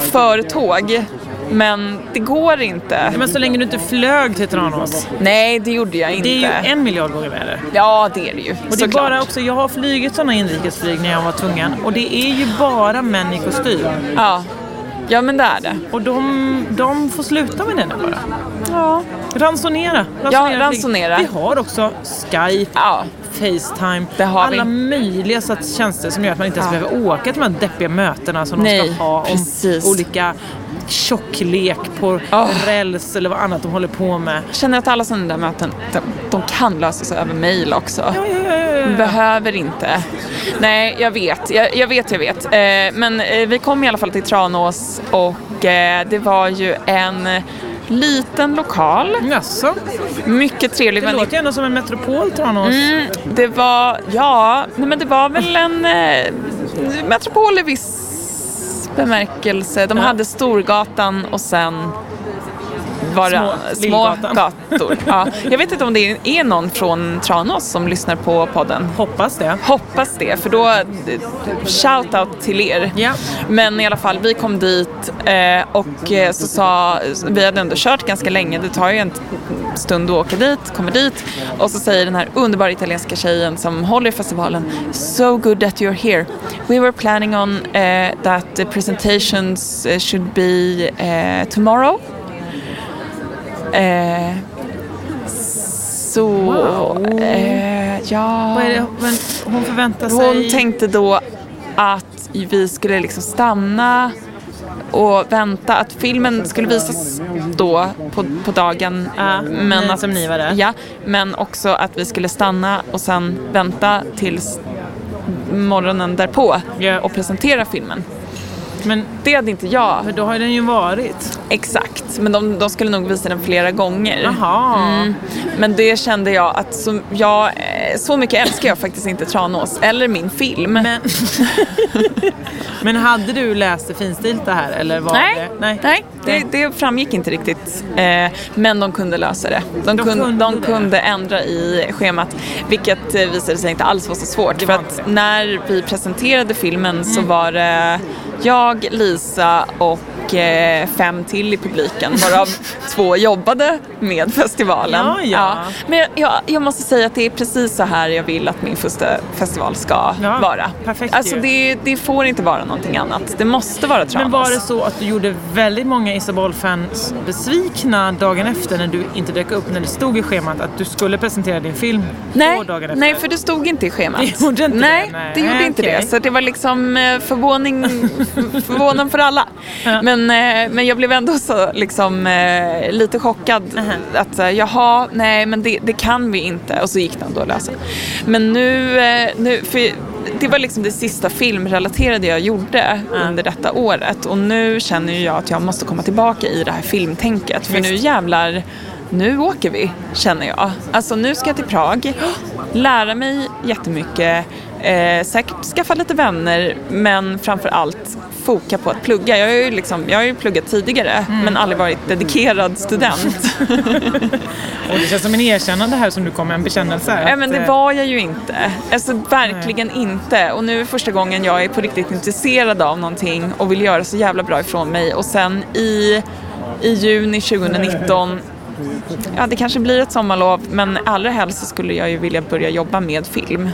Speaker 3: för tåg. Men det går inte.
Speaker 4: Men så länge du inte flög till Tranås.
Speaker 3: Nej, det gjorde jag inte.
Speaker 4: Det är ju en miljard gånger värre.
Speaker 3: Ja, det är det ju.
Speaker 4: Och det är
Speaker 3: såklart.
Speaker 4: bara också, jag har flugit sådana inrikesflyg när jag var tvungen och det är ju bara män i kostym.
Speaker 3: Ja. ja, men det är det.
Speaker 4: Och de, de får sluta med det nu bara.
Speaker 3: Ja.
Speaker 4: Ransonera.
Speaker 3: Ja, ransonera.
Speaker 4: Vi har också Skype,
Speaker 3: Ja.
Speaker 4: Facetime,
Speaker 3: Det har vi.
Speaker 4: alla möjliga så att tjänster som gör att man inte ens
Speaker 3: Ja.
Speaker 4: behöver åka till de här deppiga mötena som de
Speaker 3: Nej,
Speaker 4: ska ha om
Speaker 3: precis.
Speaker 4: olika tjocklek på
Speaker 3: Ah.
Speaker 4: räls eller vad annat de håller på med.
Speaker 3: känner att alla sådana där möten, de, de kan lösas över mejl också.
Speaker 4: Ja, ja, ja, ja.
Speaker 3: Behöver inte. Nej, jag vet, jag, jag vet, jag vet. Eh, men eh, vi kom i alla fall till Tranås och eh, det var ju en liten lokal.
Speaker 4: Jaså?
Speaker 3: Mycket trevlig.
Speaker 4: Det
Speaker 3: men-
Speaker 4: låter ju ändå som en metropol Tranås.
Speaker 3: Mm, det var, ja, nej men det var väl en eh, metropol i viss bemärkelse. De hade Storgatan och sen var det
Speaker 4: Små-
Speaker 3: små
Speaker 4: Lillgatan.
Speaker 3: gator. Ja, jag vet inte om det är någon från Tranås som lyssnar på podden.
Speaker 4: Hoppas
Speaker 3: Ah.
Speaker 4: det.
Speaker 3: Hoppas det, för då shout out till er.
Speaker 4: Ja.
Speaker 3: Men i alla fall, vi kom dit eh, och eh, så sa, vi hade ändå kört ganska länge, det tar ju en t- stund att åka dit, kommer dit och så säger den här underbara italienska tjejen som håller i festivalen So good that you're here. We were planning on eh, that the presentations eh, should be eh, tomorrow. Eh, så... Eh, ja.
Speaker 4: Vad är det? Men hon förväntar sig...
Speaker 3: Hon tänkte då att vi skulle liksom stanna och vänta att filmen skulle visas då på, på dagen.
Speaker 4: Ja, ni
Speaker 3: att,
Speaker 4: som ni var där.
Speaker 3: Ja, men också att vi skulle stanna och sen vänta tills morgonen därpå
Speaker 4: Ja.
Speaker 3: och presentera filmen.
Speaker 4: Men
Speaker 3: Det hade inte jag
Speaker 4: för då har den ju varit.
Speaker 3: exakt, men de, de skulle nog visa den flera gånger.
Speaker 4: Jaha.
Speaker 3: Mm. Men det kände jag att så, jag, eh, så mycket älskar jag faktiskt inte Tranås eller min film.
Speaker 4: Men... Men hade du läst det finstilta här eller var
Speaker 3: Nej,
Speaker 4: det?
Speaker 3: nej. Det, det framgick inte riktigt. Eh, men de kunde lösa det. De,
Speaker 4: De
Speaker 3: kunde,
Speaker 4: kunde
Speaker 3: de
Speaker 4: det.
Speaker 3: kunde ändra i schemat, vilket eh, visade sig inte alls vara så svårt. För
Speaker 4: var inte Mm.
Speaker 3: att när vi presenterade filmen så var det jag, Lisa och eh, fem till i publiken, varav två jobbade med festivalen.
Speaker 4: Ja, ja.
Speaker 3: Men jag, jag, jag måste säga att det är precis så här jag vill att min första festival ska
Speaker 4: Ja,
Speaker 3: vara.
Speaker 4: perfekt
Speaker 3: alltså
Speaker 4: ju.
Speaker 3: det, det får inte vara någonting annat. Det måste vara Tranås.
Speaker 4: Men var det så att du gjorde väldigt många Isabel-fans besvikna dagen efter när du inte dök upp? När det stod i schemat att du skulle presentera din film två
Speaker 3: Nej,
Speaker 4: dagar efter?
Speaker 3: nej, för det stod inte i schemat.
Speaker 4: Det gjorde inte
Speaker 3: nej,
Speaker 4: det,
Speaker 3: det,
Speaker 4: nej.
Speaker 3: gjorde inte
Speaker 4: Okej.
Speaker 3: det. Så det var liksom eh, förvåning, förvånan för alla. Men, eh, men jag blev ändå ändå så liksom eh, lite chockad.
Speaker 4: Uh-huh.
Speaker 3: Att så här, jaha, nej men det, det kan vi inte. Och så gick den då att lösa. Men nu, eh, nu för det var liksom det sista filmrelaterade jag gjorde under detta året. Och nu känner ju jag att jag måste komma tillbaka i det här filmtänket. För nu jävlar, nu åker vi, känner jag. Alltså nu ska jag till Prag, lära mig jättemycket, eh, säkert skaffa lite vänner, men framför allt foka på att plugga. Jag har ju, liksom, jag har ju pluggat tidigare, men aldrig varit dedikerad student.
Speaker 4: Och det känns som en erkännande här som du kom med, en bekännelse.
Speaker 3: Nej
Speaker 4: att,
Speaker 3: men det
Speaker 4: eh,
Speaker 3: var jag ju inte. Alltså verkligen inte. Och nu är första gången jag är på riktigt intresserad av någonting och vill göra så jävla bra ifrån mig. Och sen i, i juni 2019, ja det kanske blir ett sommarlov men allra helst så skulle jag ju vilja börja jobba med film.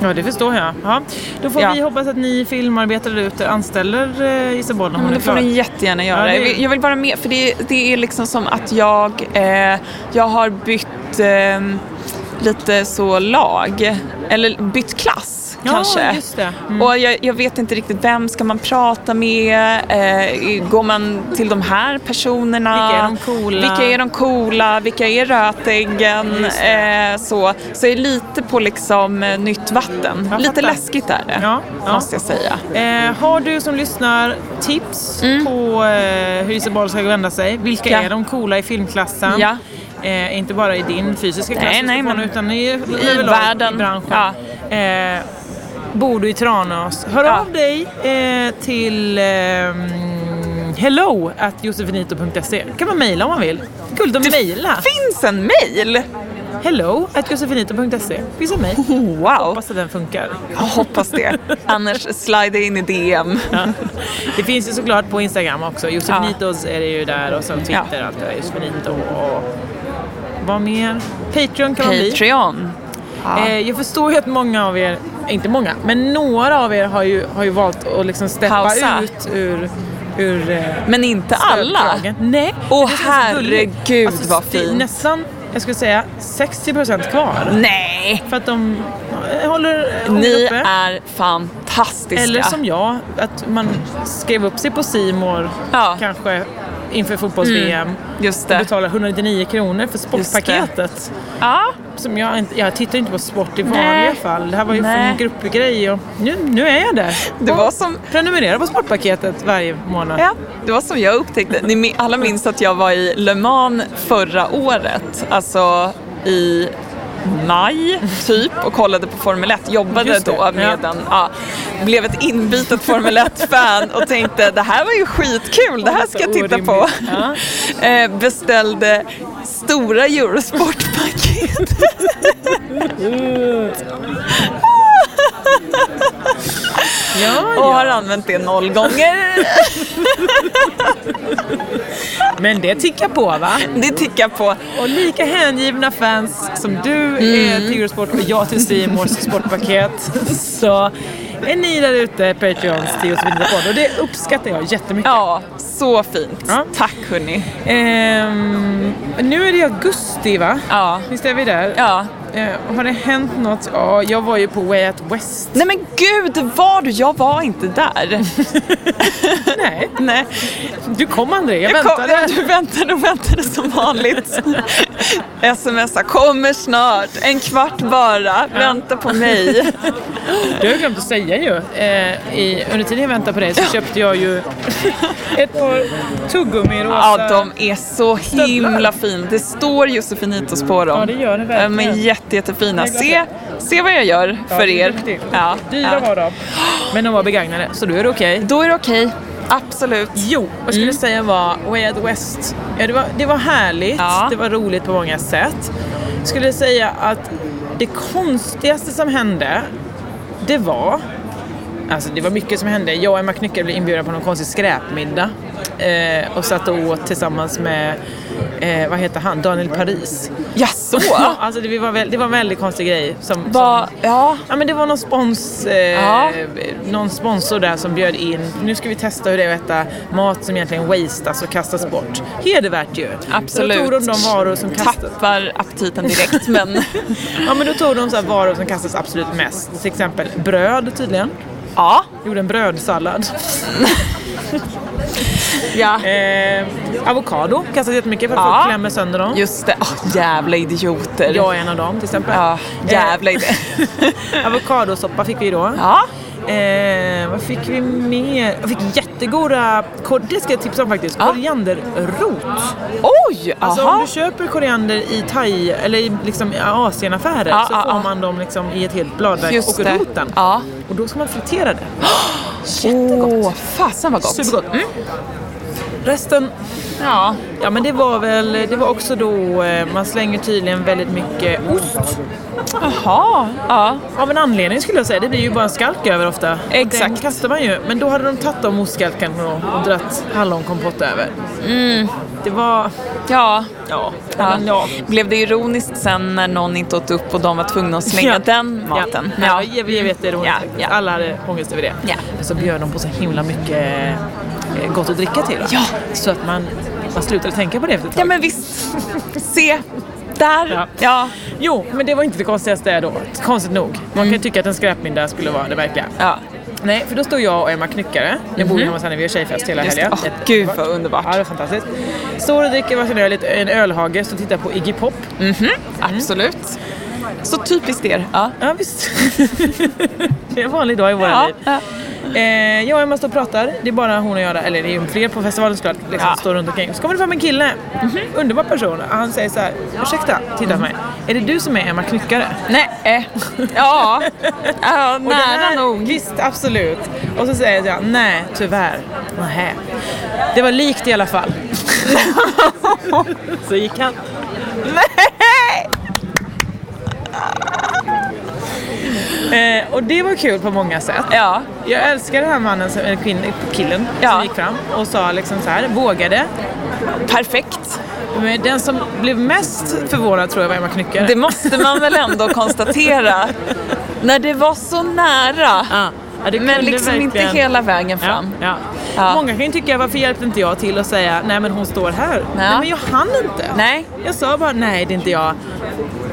Speaker 4: Ja, det förstår jag. Ja. Då får
Speaker 3: Ja.
Speaker 4: vi hoppas att ni filmarbetare där ute anställer eh, Isabella när hon
Speaker 3: Men
Speaker 4: är
Speaker 3: det får
Speaker 4: klar.
Speaker 3: du jättegärna göra.
Speaker 4: Ja, det-
Speaker 3: Jag, vill, jag vill vara med för det, det är liksom som att jag, eh, jag har bytt eh, lite så lag, eller bytt klass
Speaker 4: Ja,
Speaker 3: kanske.
Speaker 4: just det. Mm.
Speaker 3: Och jag, jag vet inte riktigt vem ska man prata med, eh, går man till de här personerna?
Speaker 4: Vilka är de coola?
Speaker 3: Vilka är de coola? Vilka är rötäggen? Eh, så. så jag är lite på liksom eh, nytt vatten.
Speaker 4: Jag
Speaker 3: lite
Speaker 4: fattar.
Speaker 3: läskigt är det,
Speaker 4: Ja, ja.
Speaker 3: måste jag säga. Mm.
Speaker 4: Eh, har du som lyssnar tips på eh, hur Isabella ska vända sig? Vilka
Speaker 3: Ja.
Speaker 4: är de coola i filmklassen?
Speaker 3: Ja.
Speaker 4: Eh, inte bara i din fysiska klass
Speaker 3: Nej,
Speaker 4: du
Speaker 3: nej,
Speaker 4: ska få
Speaker 3: men
Speaker 4: nu, utan i, överlag
Speaker 3: världen.
Speaker 4: I branschen.
Speaker 3: Ja.
Speaker 4: Eh, bor du i Tranås? Hör
Speaker 3: Ja.
Speaker 4: av dig eh, till eh, hello at josefinito.se. kan man mejla om man vill. Kul att mejla.
Speaker 3: Finns en mail?
Speaker 4: Hello at josefinito.se. Finns en mejl.
Speaker 3: Oh, Wow!
Speaker 4: Hoppas att den funkar.
Speaker 3: Jag hoppas det. Annars slida in i DM.
Speaker 4: Det finns ju såklart på Instagram också. Josefinitos är det ju där och sen Twitter och allt det där. Josefinito och... Vad mer? Patreon kan man bli.
Speaker 3: Patreon.
Speaker 4: Eh, jag förstår ju att många av er, inte många, men några av er har ju, har ju valt att liksom steppa
Speaker 3: Pausa.
Speaker 4: ut ur, ur eh,
Speaker 3: Men inte alla.
Speaker 4: stödkragen. Nej.
Speaker 3: Åh
Speaker 4: Det känns så gulligt. Alltså,
Speaker 3: herregud vad
Speaker 4: det är
Speaker 3: fint.
Speaker 4: Nästan, jag skulle säga 60% kvar.
Speaker 3: Nej!
Speaker 4: För att de eh, håller, eh, håller
Speaker 3: Ni
Speaker 4: uppe.
Speaker 3: är fantastiska.
Speaker 4: Eller som jag, att man skrev upp sig på Simor
Speaker 3: Ja. Mm.
Speaker 4: kanske inför fotbolls-VM.
Speaker 3: Just
Speaker 4: och
Speaker 3: det.
Speaker 4: betalar 199 kronor för sportpaketet.
Speaker 3: Ja,
Speaker 4: Som jag, inte, jag tittar inte på sport i
Speaker 3: Nej.
Speaker 4: vanliga fall. Det här var ju
Speaker 3: Nej.
Speaker 4: en gruppgrej och nu, nu är jag där.
Speaker 3: det
Speaker 4: Och
Speaker 3: var som
Speaker 4: Prenumererar på sportpaketet varje månad.
Speaker 3: Ja, det var som jag upptäckte. Ni min- alla minns att jag var i Le Mans förra året, alltså i maj typ och kollade på Formel 1, jobbade
Speaker 4: Just det,
Speaker 3: då med
Speaker 4: ja.
Speaker 3: den, ja, blev ett inbitet Formel 1-fan och tänkte det här var ju skitkul, det här ska jag titta på. Eh, Beställde stora Eurosport-paket.
Speaker 4: Ja,
Speaker 3: och
Speaker 4: ja.
Speaker 3: har använt det noll gånger.
Speaker 4: Men det tickar på va?
Speaker 3: Det tickar på.
Speaker 4: Och lika hängivna fans som du är
Speaker 3: Mm.
Speaker 4: till Eurosport och jag till Simors sportpaket så är ni där ute, Patreons till Josefin Podd. Och det uppskattar jag jättemycket.
Speaker 3: Ja, så fint.
Speaker 4: Ja.
Speaker 3: Tack hörni.
Speaker 4: Ehm, nu är det i augusti va?
Speaker 3: Ja.
Speaker 4: Visst är vi där?
Speaker 3: Ja.
Speaker 4: Eh, har det hänt något? Ja, jag var ju på Way Out West.
Speaker 3: Nej men gud, det var du! Jag var inte där.
Speaker 4: Nej,
Speaker 3: Nej,
Speaker 4: du kom aldrig. Jag,
Speaker 3: jag kom,
Speaker 4: väntade.
Speaker 3: ja, du väntade och väntade som vanligt. Smsa, kommer snart, en kvart bara, vänta på mig.
Speaker 4: Du har ju glömt att säga ju. Eh, i, under tiden jag väntade på dig så köpte jag ju ett par tuggummi rosa.
Speaker 3: Ja, de är så himla fina. Det står Josefinitos på dem.
Speaker 4: Ja, det gör det
Speaker 3: Eh,
Speaker 4: verkligen.
Speaker 3: Men jätte, jättefina.
Speaker 4: Jag är glad
Speaker 3: Se, se vad jag gör
Speaker 4: Ja,
Speaker 3: för
Speaker 4: det är
Speaker 3: er.
Speaker 4: duktigt.
Speaker 3: Ja,
Speaker 4: Dyra
Speaker 3: ja.
Speaker 4: var de. Men de var begagnade, så då är det okej.
Speaker 3: Då är det okej, absolut.
Speaker 4: Jo, vad jag skulle säga var Way Out West. Ja, det, var, det var härligt,
Speaker 3: Ja.
Speaker 4: det var roligt på många sätt. Jag skulle säga att det konstigaste som hände, det var... Alltså det var mycket som hände. Jag och Emma Knyckare blev inbjudna på någon konstig skräpmiddag. Eh, och satt och åt tillsammans med, eh, vad heter han, Daniel Paris.
Speaker 3: Jaså?
Speaker 4: alltså det, vi var väl, det var en väldigt konstig grej. Som,
Speaker 3: Va,
Speaker 4: som,
Speaker 3: ja,
Speaker 4: Ja men det var någon, spons, eh,
Speaker 3: Ja.
Speaker 4: någon sponsor där som bjöd in, nu ska vi testa hur det är att äta mat som egentligen wastas och kastas bort. Hedervärt ju.
Speaker 3: absolut.
Speaker 4: Så Då tog de de varor som kastas.
Speaker 3: Tappar aptiten direkt, men
Speaker 4: Ja men då tog de så här varor som kastas absolut mest. Till exempel bröd tydligen.
Speaker 3: ja.
Speaker 4: Gjorde en brödsallad.
Speaker 3: Ja,
Speaker 4: Eh, avokado kastas jättemycket för att
Speaker 3: Ja.
Speaker 4: folk klämmer sönder dem.
Speaker 3: just det. Åh, jävla idioter.
Speaker 4: Jag är en av dem till exempel.
Speaker 3: Ja, jävla idioter.
Speaker 4: Eh, avokadosoppa fick vi då.
Speaker 3: Ja,
Speaker 4: Eh, vad fick vi mer? Jag fick jättegoda, kor- det ska jag tipsa om faktiskt,
Speaker 3: Ja.
Speaker 4: korianderrot.
Speaker 3: oj!
Speaker 4: Alltså om
Speaker 3: aha.
Speaker 4: du köper koriander i thai eller i, liksom, i Asienaffärer
Speaker 3: Ja,
Speaker 4: så
Speaker 3: ja,
Speaker 4: får
Speaker 3: ja.
Speaker 4: man dem liksom, i ett helt bladverk
Speaker 3: Just
Speaker 4: och
Speaker 3: det.
Speaker 4: roten.
Speaker 3: Ja.
Speaker 4: Och då ska man fritera det.
Speaker 3: Jättegott. Åh, fasen vad gott.
Speaker 4: Supergott. Mm. Resten,
Speaker 3: Ja.
Speaker 4: ja men det var väl, det var också då eh, man slänger tydligen väldigt mycket ost.
Speaker 3: Jaha, ja.
Speaker 4: Av en anledning skulle jag säga, det blir ju bara en skalk över ofta. Och Den
Speaker 3: Exakt.
Speaker 4: kastar man ju. Men då hade de tagit de ostskalken och, och dratt hallonkompott över. Det var,
Speaker 3: Ja.
Speaker 4: ja,
Speaker 3: Ja.
Speaker 4: men ja.
Speaker 3: Blev det ironiskt sen när någon inte åt upp och de var tvungna att slänga
Speaker 4: Ja.
Speaker 3: den maten?
Speaker 4: Ja, ja. jag, jag vet det. Hon,
Speaker 3: Ja, ja.
Speaker 4: Alla hade ångest över det.
Speaker 3: Ja.
Speaker 4: Men så bjöd de på så himla mycket eh, gott att dricka till. va?
Speaker 3: Ja.
Speaker 4: Så att man, man slutade tänka på det efter ett tag.
Speaker 3: Ja, men visst. Se, där.
Speaker 4: Ja.
Speaker 3: Ja.
Speaker 4: Jo, men det var inte det konstigaste då. Konstigt nog. Man kan
Speaker 3: Mm.
Speaker 4: ju tycka att en skräpmiddag skulle vara det verkliga.
Speaker 3: Ja.
Speaker 4: Nej, för då stod jag och Emma Knyckare. Jag bor ju hemma hos henne, vi har tjejfest hela
Speaker 3: Mhm. Just det.
Speaker 4: helgen.
Speaker 3: Åh,
Speaker 4: Jätte-
Speaker 3: gud, vad underbart.
Speaker 4: Ja, det var fantastiskt. Står och dricker varsin öl i ett- en ölhage, står och tittar på Iggy Pop.
Speaker 3: Mm. Absolut. Så typiskt er. Ja.
Speaker 4: Ja, visst. det är en vanlig dag i våra
Speaker 3: Ja,
Speaker 4: liv. Eh, jag och Emma står och pratar. Det är bara hon och jag där. Eller det är ju fler på festivalen såklart. Liksom,
Speaker 3: Ja.
Speaker 4: Står runt omkring. Så kommer det fram en kille. Underbar person. Han säger så här. Ursäkta, titta på mig. Är det du som är Emma Knyckare?
Speaker 3: Nej. eh. Ja. ja
Speaker 4: Och den
Speaker 3: nära
Speaker 4: här-
Speaker 3: nog.
Speaker 4: Visst, absolut. Och så säger jag nej, tyvärr. Nähä. Det var likt i alla fall. så gick han. Nej! Eh, och det var kul på många sätt.
Speaker 3: Ja.
Speaker 4: Jag älskar den här mannen, som- eller kvinn, killen som
Speaker 3: Ja.
Speaker 4: gick fram och sa liksom så här, vågade.
Speaker 3: Perfekt.
Speaker 4: Men den som blev mest förvånad tror jag var Emma Knyckare.
Speaker 3: Det måste man väl ändå konstatera. När det var så nära.
Speaker 4: Ja. Ja, det
Speaker 3: Men
Speaker 4: kunde
Speaker 3: liksom
Speaker 4: verkligen-
Speaker 3: inte hela vägen
Speaker 4: Ja,
Speaker 3: fram.
Speaker 4: ja.
Speaker 3: Ja.
Speaker 4: Många kan ju tycka varför hjälpte inte jag till att säga nej men hon står här. Nej men jag hann inte.
Speaker 3: Nej.
Speaker 4: Jag sa bara nej det är inte jag.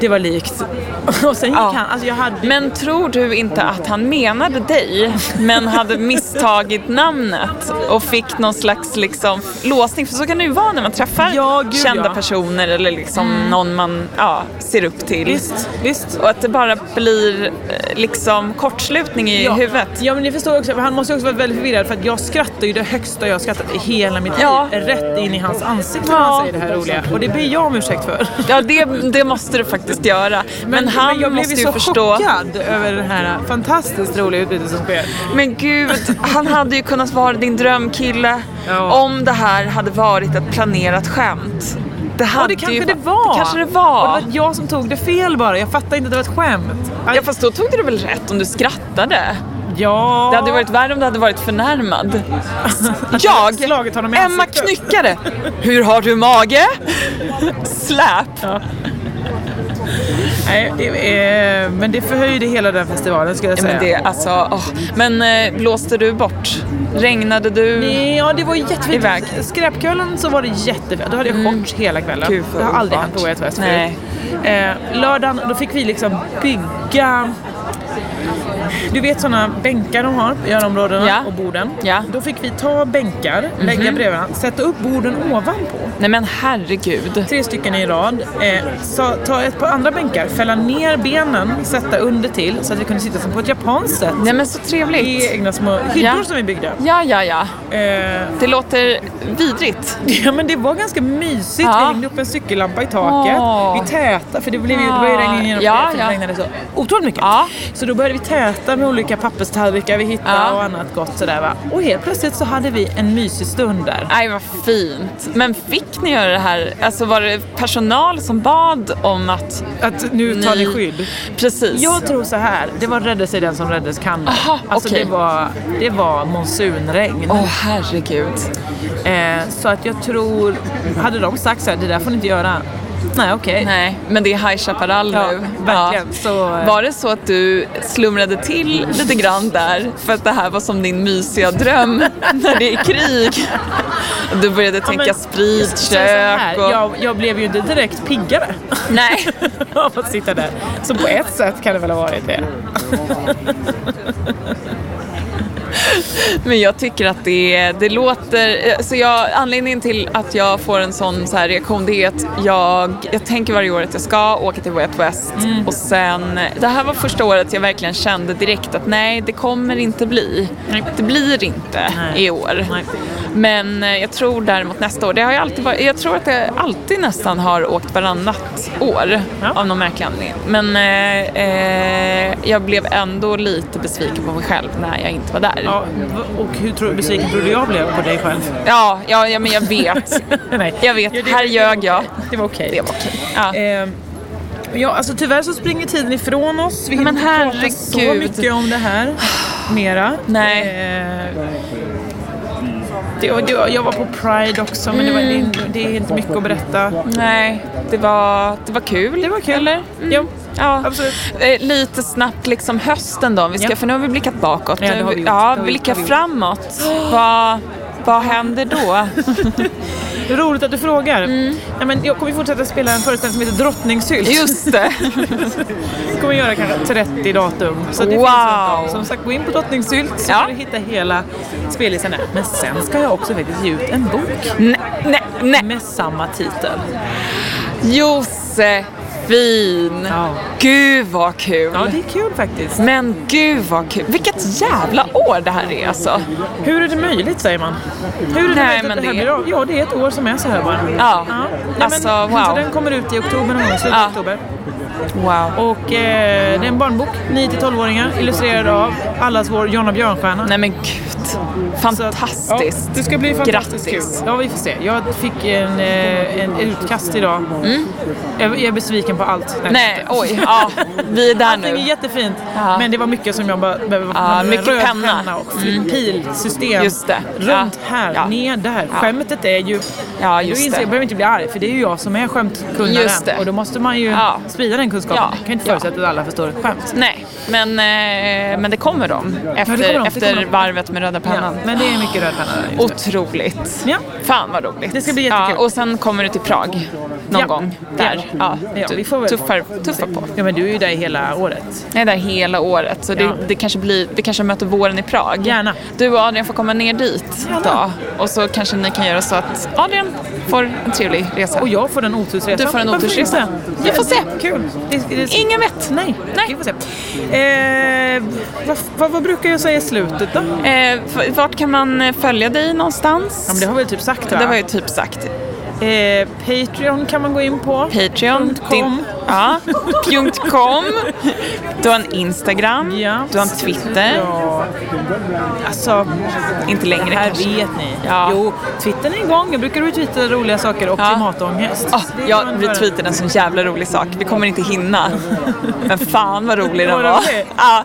Speaker 4: Det var likt. Och sen gick
Speaker 3: Ja.
Speaker 4: han. Alltså jag hade...
Speaker 3: Men tror du inte att han menade dig, men hade misstagit namnet och fick någon slags liksom, låsning? För så kan det ju vara när man träffar
Speaker 4: Ja, gud,
Speaker 3: kända
Speaker 4: ja.
Speaker 3: personer eller liksom någon man ja, ser upp till.
Speaker 4: Visst, visst.
Speaker 3: Och att det bara blir eh, liksom kortslutning i huvudet.
Speaker 4: Ja men ni förstår också, han måste ju också varit väldigt förvirrad för att jag skrattar ju det högsta jag skrattat i hela mitt
Speaker 3: Ja.
Speaker 4: liv. Rätt in i hans ansikte när
Speaker 3: Ja.
Speaker 4: han säger det här roliga. Och det ber jag om ursäkt för.
Speaker 3: Ja, det, det måste du faktiskt göra. Men, han
Speaker 4: jag blev
Speaker 3: måste
Speaker 4: ju
Speaker 3: ju
Speaker 4: så
Speaker 3: förstå.
Speaker 4: chockad över det här fantastiskt roliga utbytet som sker.
Speaker 3: Men gud, han hade ju kunnat vara din drömkille
Speaker 4: Ja.
Speaker 3: om det här hade varit ett planerat skämt.
Speaker 4: Ja
Speaker 3: Det hade
Speaker 4: det kanske
Speaker 3: ju,
Speaker 4: det var.
Speaker 3: Det kanske det
Speaker 4: Och det
Speaker 3: var.
Speaker 4: var jag som tog det fel bara. Jag fattade inte att det var ett skämt.
Speaker 3: Ja fast då tog du väl rätt om du skrattade?
Speaker 4: Ja.
Speaker 3: Det hade ju varit värre om du hade varit förnärmad.
Speaker 4: hade
Speaker 3: Jag,
Speaker 4: slagit honom i
Speaker 3: Emma
Speaker 4: ansiktet.
Speaker 3: Knyckare, hur har du mage? Släp!
Speaker 4: Nej, det är, eh, men det förhöjde hela den festivalen skulle jag
Speaker 3: Ja,
Speaker 4: säga.
Speaker 3: men det, alltså, åh. Men eh, blåste du bort? Regnade du?
Speaker 4: Nej, Ja, det var jättefint.
Speaker 3: Iväg. Mm.
Speaker 4: Skräpkvällen så var det jättefint. Då hade jag shorts hela kvällen.
Speaker 3: Gud, vad
Speaker 4: det har aldrig hänt
Speaker 3: underbart.
Speaker 4: på ett fest
Speaker 3: Nej.
Speaker 4: förut. Eh, lördagen, då fick vi liksom bygga... Du vet sådana bänkar de har i områdena
Speaker 3: Ja.
Speaker 4: och borden.
Speaker 3: Ja. Mhm.
Speaker 4: Då fick vi ta bänkar, lägga bredvid varandra, sätta upp borden ovanpå.
Speaker 3: Nej men herregud.
Speaker 4: tre stycken i rad. Eh, sa, ta ett par andra bänkar, fälla ner benen, sätta under till så att vi kunde sitta som på ett japanskt sätt.
Speaker 3: Nej men så
Speaker 4: I
Speaker 3: trevligt.
Speaker 4: egna små hyddor
Speaker 3: Ja.
Speaker 4: som vi byggde.
Speaker 3: Ja, ja, ja.
Speaker 4: Eh,
Speaker 3: Det låter vidrigt.
Speaker 4: ja men det var ganska mysigt. Vi
Speaker 3: Ja.
Speaker 4: hängde upp en cykellampa i taket.
Speaker 3: Åh.
Speaker 4: Vi tätade, för det blev ju, det var ju
Speaker 3: Ja.
Speaker 4: regn genom
Speaker 3: Ja,
Speaker 4: det, för det
Speaker 3: ja.
Speaker 4: regnade så otroligt mycket.
Speaker 3: Ja.
Speaker 4: Så då började vi täta med olika papperstallrikar vi hittade
Speaker 3: Ja.
Speaker 4: och annat gott sådär va. Och helt plötsligt så hade vi en mysig stund där.
Speaker 3: Nej, vad fint. Men fick ni göra det här? Alltså var det personal som bad om att...
Speaker 4: Att nu tar ni skydd.
Speaker 3: Precis.
Speaker 4: Jag tror så här, det var rädda sig den som räddes kan.
Speaker 3: Aha,
Speaker 4: alltså
Speaker 3: okej.
Speaker 4: det, var, det var monsunregn.
Speaker 3: Åh herregud.
Speaker 4: Eh, så att jag tror, hade de sagt så här, det där får ni inte göra. Nej okej.
Speaker 3: Nej, men det är High Chaparral
Speaker 4: Ja,
Speaker 3: nu.
Speaker 4: verkligen. Så, eh,
Speaker 3: Var det så att du slumrade till lite grann där för att det här var som din mysiga dröm när det är krig? Och Du började tänka
Speaker 4: men-
Speaker 3: sprit,
Speaker 4: Så här,
Speaker 3: kök och...
Speaker 4: jag, jag blev ju inte direkt piggare
Speaker 3: Nej.
Speaker 4: av att sitta där. Så på ett sätt kan det väl ha varit det.
Speaker 3: Men jag tycker att det, det låter... Så jag, anledningen till att jag får en sån så här reaktion det är att jag, jag tänker varje år att jag ska åka till Way Out West. Och sen, det här var första året jag verkligen kände direkt att nej, det kommer inte bli. Det blir inte i år. Men eh, jag tror däremot nästa år, det har jag alltid varit, jag tror att jag alltid nästan har åkt varannat år av någon märklig anledning. Men eh, eh, jag blev ändå lite besviken på mig själv när jag inte var där.
Speaker 4: Ja, och hur tror, besviken tror du jag blev på dig själv?
Speaker 3: Ja, ja, ja men jag vet.
Speaker 4: Nej.
Speaker 3: Jag vet,
Speaker 4: Ja, det-
Speaker 3: här ljög jag.
Speaker 4: Det var okej.
Speaker 3: Det var okej. Ja.
Speaker 4: Eh, ja, alltså tyvärr så springer tiden ifrån oss. Vi hinner
Speaker 3: Men
Speaker 4: inte prata så
Speaker 3: herregud.
Speaker 4: mycket om det här mera.
Speaker 3: Nej.
Speaker 4: Eh, det, och det, jag var på Pride också men det, var, det, det är inte mycket att berätta.
Speaker 3: Nej, det var, det var kul.
Speaker 4: Det var kul.
Speaker 3: Eller?
Speaker 4: Ja,
Speaker 3: Ja.
Speaker 4: absolut.
Speaker 3: Eh, Lite snabbt liksom hösten då, om vi ska,
Speaker 4: Ja.
Speaker 3: för nu har vi blickat bakåt.
Speaker 4: Ja, det har vi gjort. Det har
Speaker 3: ja,
Speaker 4: vi gjort.
Speaker 3: blicka
Speaker 4: Det har vi gjort.
Speaker 3: framåt. Vad, vad händer då?
Speaker 4: Roligt att du frågar.
Speaker 3: Mm.
Speaker 4: Nej, men jag kommer ju fortsätta spela en föreställning som heter Drottningshylt.
Speaker 3: Just det.
Speaker 4: kommer göra kanske 30 datum. Så det
Speaker 3: Wow.
Speaker 4: finns runt om. Som sagt, gå in på Drottningsylt så
Speaker 3: Ja.
Speaker 4: kan du hitta hela spellistan där. Men sen ska jag också faktiskt ge ut en bok
Speaker 3: Nej, nej, nej.
Speaker 4: med samma titel.
Speaker 3: Josefin!
Speaker 4: Ja.
Speaker 3: Gud vad kul!
Speaker 4: Ja, det är kul faktiskt.
Speaker 3: Men gud vad kul! Vilket jävla år det här är alltså.
Speaker 4: Hur är det möjligt säger man? Hur är det
Speaker 3: Nej,
Speaker 4: möjligt
Speaker 3: men
Speaker 4: att det här
Speaker 3: det-
Speaker 4: blir av? Ja, det är ett år som är så här bara.
Speaker 3: Ja.
Speaker 4: Nej,
Speaker 3: Alltså,
Speaker 4: men,
Speaker 3: wow.
Speaker 4: Så den kommer ut i oktober någon gång, slutet
Speaker 3: Ja.
Speaker 4: av oktober.
Speaker 3: Wow.
Speaker 4: Och eh, det är en barnbok, 9-12-åringar, illustrerad av allas vår Jonna Björnstjärna.
Speaker 3: Nej men gud.
Speaker 4: Så att-
Speaker 3: Fantastiskt.
Speaker 4: Ja, det ska bli fantastiskt
Speaker 3: Grattis.
Speaker 4: kul. Ja, vi får se. Jag fick en, eh, en utkast idag. Jag, jag är besviken på allt.
Speaker 3: Mm. Nej, oj. Ja, vi är där
Speaker 4: Allting är
Speaker 3: nu.
Speaker 4: jättefint,
Speaker 3: Ja.
Speaker 4: men det var mycket som jag bara behöver vara
Speaker 3: Ja,
Speaker 4: med
Speaker 3: mycket
Speaker 4: röd
Speaker 3: penna. Mm.
Speaker 4: och fl- pilsystem.
Speaker 3: Just det.
Speaker 4: Runt
Speaker 3: Ja.
Speaker 4: här,
Speaker 3: Ja.
Speaker 4: ner där.
Speaker 3: Ja.
Speaker 4: Skämtet är ju...
Speaker 3: Ja,
Speaker 4: du
Speaker 3: just
Speaker 4: inser,
Speaker 3: det.
Speaker 4: jag behöver inte bli arg, för det är ju jag som är skämtkunnaren.
Speaker 3: Just det.
Speaker 4: Och då måste man ju
Speaker 3: Ja.
Speaker 4: sprida den kunskapen.
Speaker 3: Ja.
Speaker 4: Jag kan inte
Speaker 3: Ja.
Speaker 4: förutsätta att alla förstår ett skämt.
Speaker 3: Nej, men, eh, men det kommer de efter,
Speaker 4: kommer de, det
Speaker 3: efter
Speaker 4: kommer de.
Speaker 3: varvet med röda
Speaker 4: Ja,
Speaker 3: pennan.
Speaker 4: men det är mycket röd penna där. just nu.
Speaker 3: Otroligt.
Speaker 4: Ja.
Speaker 3: Fan vad roligt.
Speaker 4: Det ska bli jättekul.
Speaker 3: Ja, och sen kommer du till Prag någon
Speaker 4: Ja.
Speaker 3: gång. Där.
Speaker 4: Ja.
Speaker 3: Ja.
Speaker 4: Ja, vi får väl-
Speaker 3: tuffar, tuffar på.
Speaker 4: Ja, men du är ju där hela året.
Speaker 3: Jag är där hela året så
Speaker 4: Ja.
Speaker 3: det, det kanske blir, vi kanske möter våren i Prag.
Speaker 4: Gärna.
Speaker 3: Du och Adrian får komma ner dit då. Och så kanske ni kan göra så att Adrian får en trevlig resa.
Speaker 4: Och jag får den otursresan.
Speaker 3: Du får en
Speaker 4: Varför
Speaker 3: otursresa.
Speaker 4: inte?
Speaker 3: Vi får se.
Speaker 4: Kul. Det, det,
Speaker 3: Ingen vet.
Speaker 4: Nej,
Speaker 3: Nej.
Speaker 4: vi får se. Eh, vad, vad, vad brukar jag säga i slutet då? Ja,
Speaker 3: Eh, f- vart kan man eh, följa dig någonstans?
Speaker 4: men det har vi typ sagt va?
Speaker 3: det var ju typ sagt.
Speaker 4: eh, Patreon kan man gå in på.
Speaker 3: Patreon.
Speaker 4: Punkt
Speaker 3: Din,
Speaker 4: com.
Speaker 3: ja, punkt .com. Du har en Instagram.
Speaker 4: Ja.
Speaker 3: Du har en Twitter.
Speaker 4: Ja. Alltså,
Speaker 3: Inte längre
Speaker 4: det här
Speaker 3: kanske.
Speaker 4: vet ni.
Speaker 3: Ja.
Speaker 4: Jo, Twittern är igång. Jag brukar retweeta roliga saker och
Speaker 3: Ja.
Speaker 4: klimatångest.
Speaker 3: Ah,
Speaker 4: Det är
Speaker 3: jag
Speaker 4: bra.
Speaker 3: retweetade en sån jävla rolig sak. Vi kommer inte hinna. Men fan vad rolig den
Speaker 4: Vad
Speaker 3: var.
Speaker 4: rolig.
Speaker 3: Ja,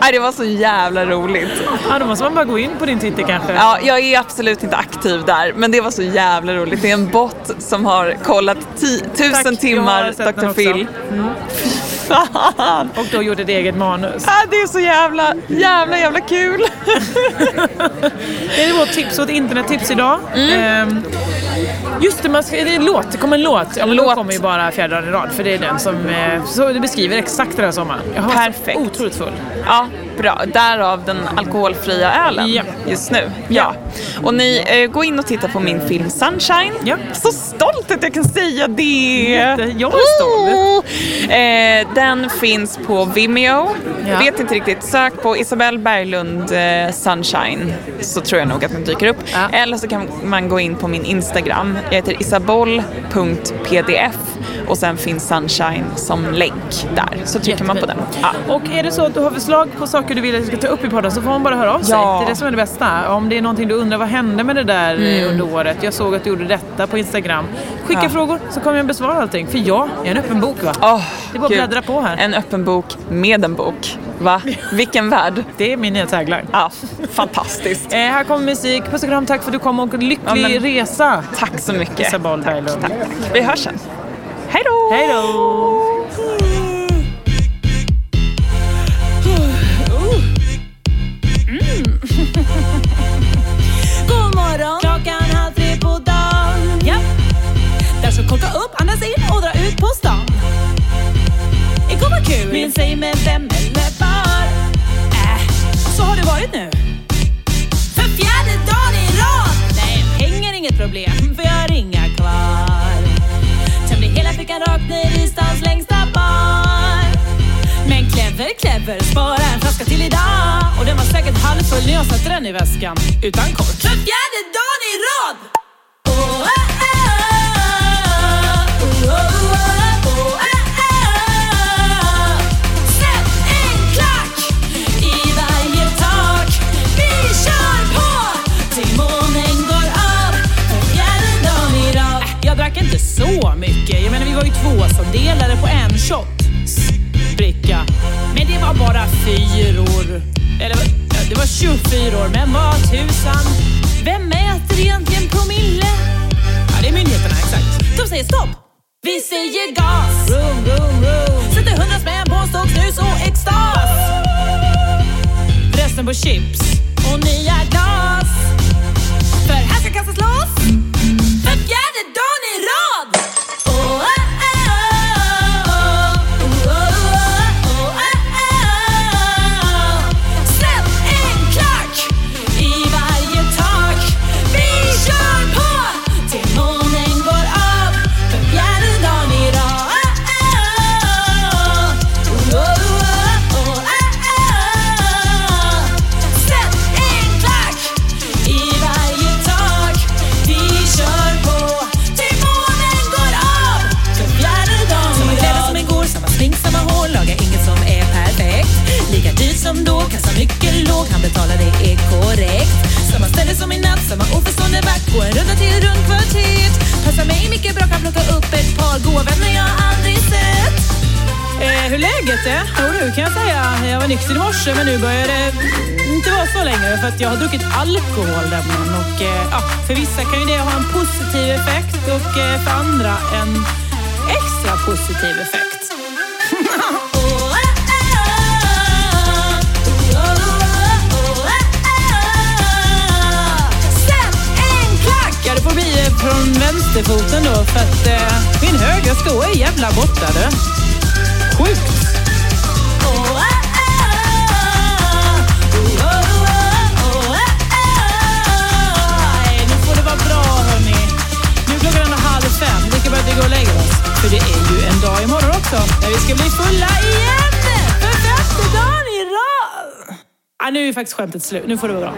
Speaker 3: nej, det var så jävla roligt.
Speaker 4: Ja, då måste man bara gå in på din Twitter kanske.
Speaker 3: Ja, jag är absolut inte aktiv där, men det var så jävla roligt. Det är en bot som har kollat ti-
Speaker 4: Tack,
Speaker 3: tusen
Speaker 4: jag har
Speaker 3: timmar
Speaker 4: sett den
Speaker 3: Dr. Phil.
Speaker 4: också.
Speaker 3: Fy fan!
Speaker 4: Och då gjorde ett eget manus.
Speaker 3: Ah, det är så jävla, jävla, jävla kul.
Speaker 4: Det är vårt tips och ett internettips idag.
Speaker 3: Mm.
Speaker 4: Ehm, just det, man ska, det är en låt. Det kommer en låt. Ja, men låt.
Speaker 3: Låt.
Speaker 4: kommer ju bara fjärde dagen i rad. För det är den som eh, så det beskriver exakt den här sommaren. Jag har varit så
Speaker 3: Perfekt.
Speaker 4: Otroligt full.
Speaker 3: Ja, bra. Därav den alkoholfria ölen
Speaker 4: Ja.
Speaker 3: just nu. Ja. Och ni, eh, gå in och titta på min film Sunshine.
Speaker 4: Ja.
Speaker 3: Så stolt att jag kan säga det!
Speaker 4: Jätte- jag är stolt.
Speaker 3: Oh! Eh, den finns på Vimeo.
Speaker 4: Ja.
Speaker 3: Vet inte riktigt. Sök på Isabelle Berglund eh, Sunshine så tror jag nog att den dyker upp.
Speaker 4: Ja.
Speaker 3: Eller så kan man gå in på min Instagram. Jag heter isaboll.pdf och sen finns Sunshine som länk där. Så trycker man på den.
Speaker 4: Jättefin.
Speaker 3: Ja.
Speaker 4: Och är det så att du har förslag på saker du vill att vi ska ta upp i podden så får man bara höra av sig.
Speaker 3: Ja.
Speaker 4: Det är det som är det bästa. Om det är någonting du undrar, vad hände med det där eh, under året? Jag såg att du gjorde detta på Instagram. Skicka
Speaker 3: Mm. Ja.
Speaker 4: frågor så kommer jag besvara allting. För jag är en öppen bok va?
Speaker 3: Åh,
Speaker 4: Det är bara att
Speaker 3: gud.
Speaker 4: bläddra på här.
Speaker 3: En öppen bok med en bok. Va? Vilken värld.
Speaker 4: Det är min nya tagline.
Speaker 3: Ja, fantastiskt.
Speaker 4: Eh, här kommer musik. Puss och kram, tack för att du kom och lycklig
Speaker 3: Ja, men-
Speaker 4: resa.
Speaker 3: Tack så mycket.
Speaker 4: Isabel Berglund.
Speaker 3: Tack, tack. Vi hörs sen. Hej då!
Speaker 4: Hej då!
Speaker 5: God morgon! Klockan halv tre på dagen. Ja. Där ska koka upp, andas in och dra ut på stan. Igår var kul. Men säg med vem eller var? Äh, så har det varit nu.
Speaker 4: behöver spara en flaska till idag Och den var säkert halvfull när jag satte den i väskan Utan kork För fjärde dagen i rad! Oh, oh, oh, äh, oh, oh, oh, oh, oh, oh. Sätt en klack i varje tak. Vi kör på till månen går upp för fjärde dagen i rad. Äh,
Speaker 3: Jag drack inte så mycket. Jag menar, vi var ju två som delade på en shot. Bricka. Men det var bara fyror. Eller ja, det var 24 men vad tusan. Vem mäter egentligen promille? Ja, det är myndigheterna, exakt.
Speaker 4: De säger stopp. Vi säger gas.
Speaker 3: Vroom, vroom, vroom.
Speaker 4: Sätter hundra spänn på en stock snus och extas.
Speaker 3: Resten på chips.
Speaker 4: och nya glas. För här ska kastas loss för fjärde dagen i rad. Oh, oh, oh, oh, oh, oh, oh, oh, oh, oh. Sätt en klack i varje tak. Vi kör på till månen går upp för fjärde dagen i rad. Oh, oh, oh, oh, oh, oh, oh. Sätt en klack i varje tak Vi kör på till månen går av För fjärde dagen Samma kläder som igår, samma smink, samma hår Lagar inget som är perfekt Lika dyrt som då, kassan mycket låg Han betalar det är korrekt Samma ställe som i natt, samma oförstående vakt Gå en runda till runt kvarteret Passar mig mycket bra, kan plocka upp ett par goa vänner jag aldrig sett
Speaker 3: Eh, hur läget är? Jo du kan jag säga. Jag var nykter i morse men nu börjar det inte vara så längre för att jag har druckit alkohol nämligen. Och eh, ja, för vissa kan ju det ha en positiv effekt och eh, för andra en extra positiv effekt. Ja, det får bli eh, från vänsterfoten då för att eh, min högra sko är jävla borta du. Sjukt! Nej, nu får det vara bra hörni. Nu är klockan är halv fem. Vi ska börja gå och lägga oss. För det är ju en dag imorgon också när vi ska bli fulla igen! För femte dagen i rad! Ah, nu är faktiskt skämtet slut. Nu får det vara bra.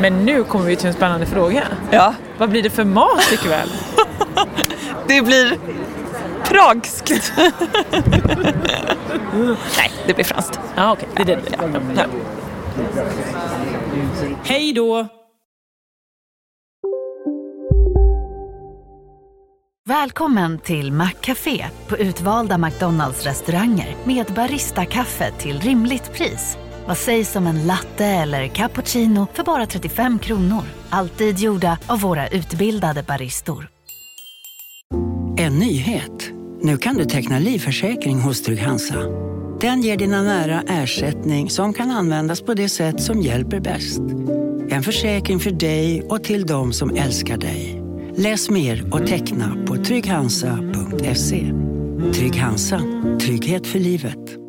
Speaker 3: Men nu kommer vi till en spännande fråga.
Speaker 6: Ja,
Speaker 3: Vad blir det för mat ikväll?
Speaker 6: det blir pragskt. Nej, det blir franskt.
Speaker 3: Ja, ah, okej. Det är det. Ja.
Speaker 6: Ja.
Speaker 3: Hej då!
Speaker 7: Välkommen till Maccafé på utvalda McDonalds restauranger med Baristakaffe till rimligt pris. Vad sägs om en latte eller cappuccino för bara 35 kronor? Alltid gjorda av våra utbildade baristor.
Speaker 8: En nyhet. Nu kan du teckna livförsäkring hos Trygg-Hansa. Den ger dina nära ersättning som kan användas på det sätt som hjälper bäst. En försäkring för dig och till de som älskar dig. Läs mer och teckna på trygghansa.se. Trygg-Hansa. Trygghet för livet.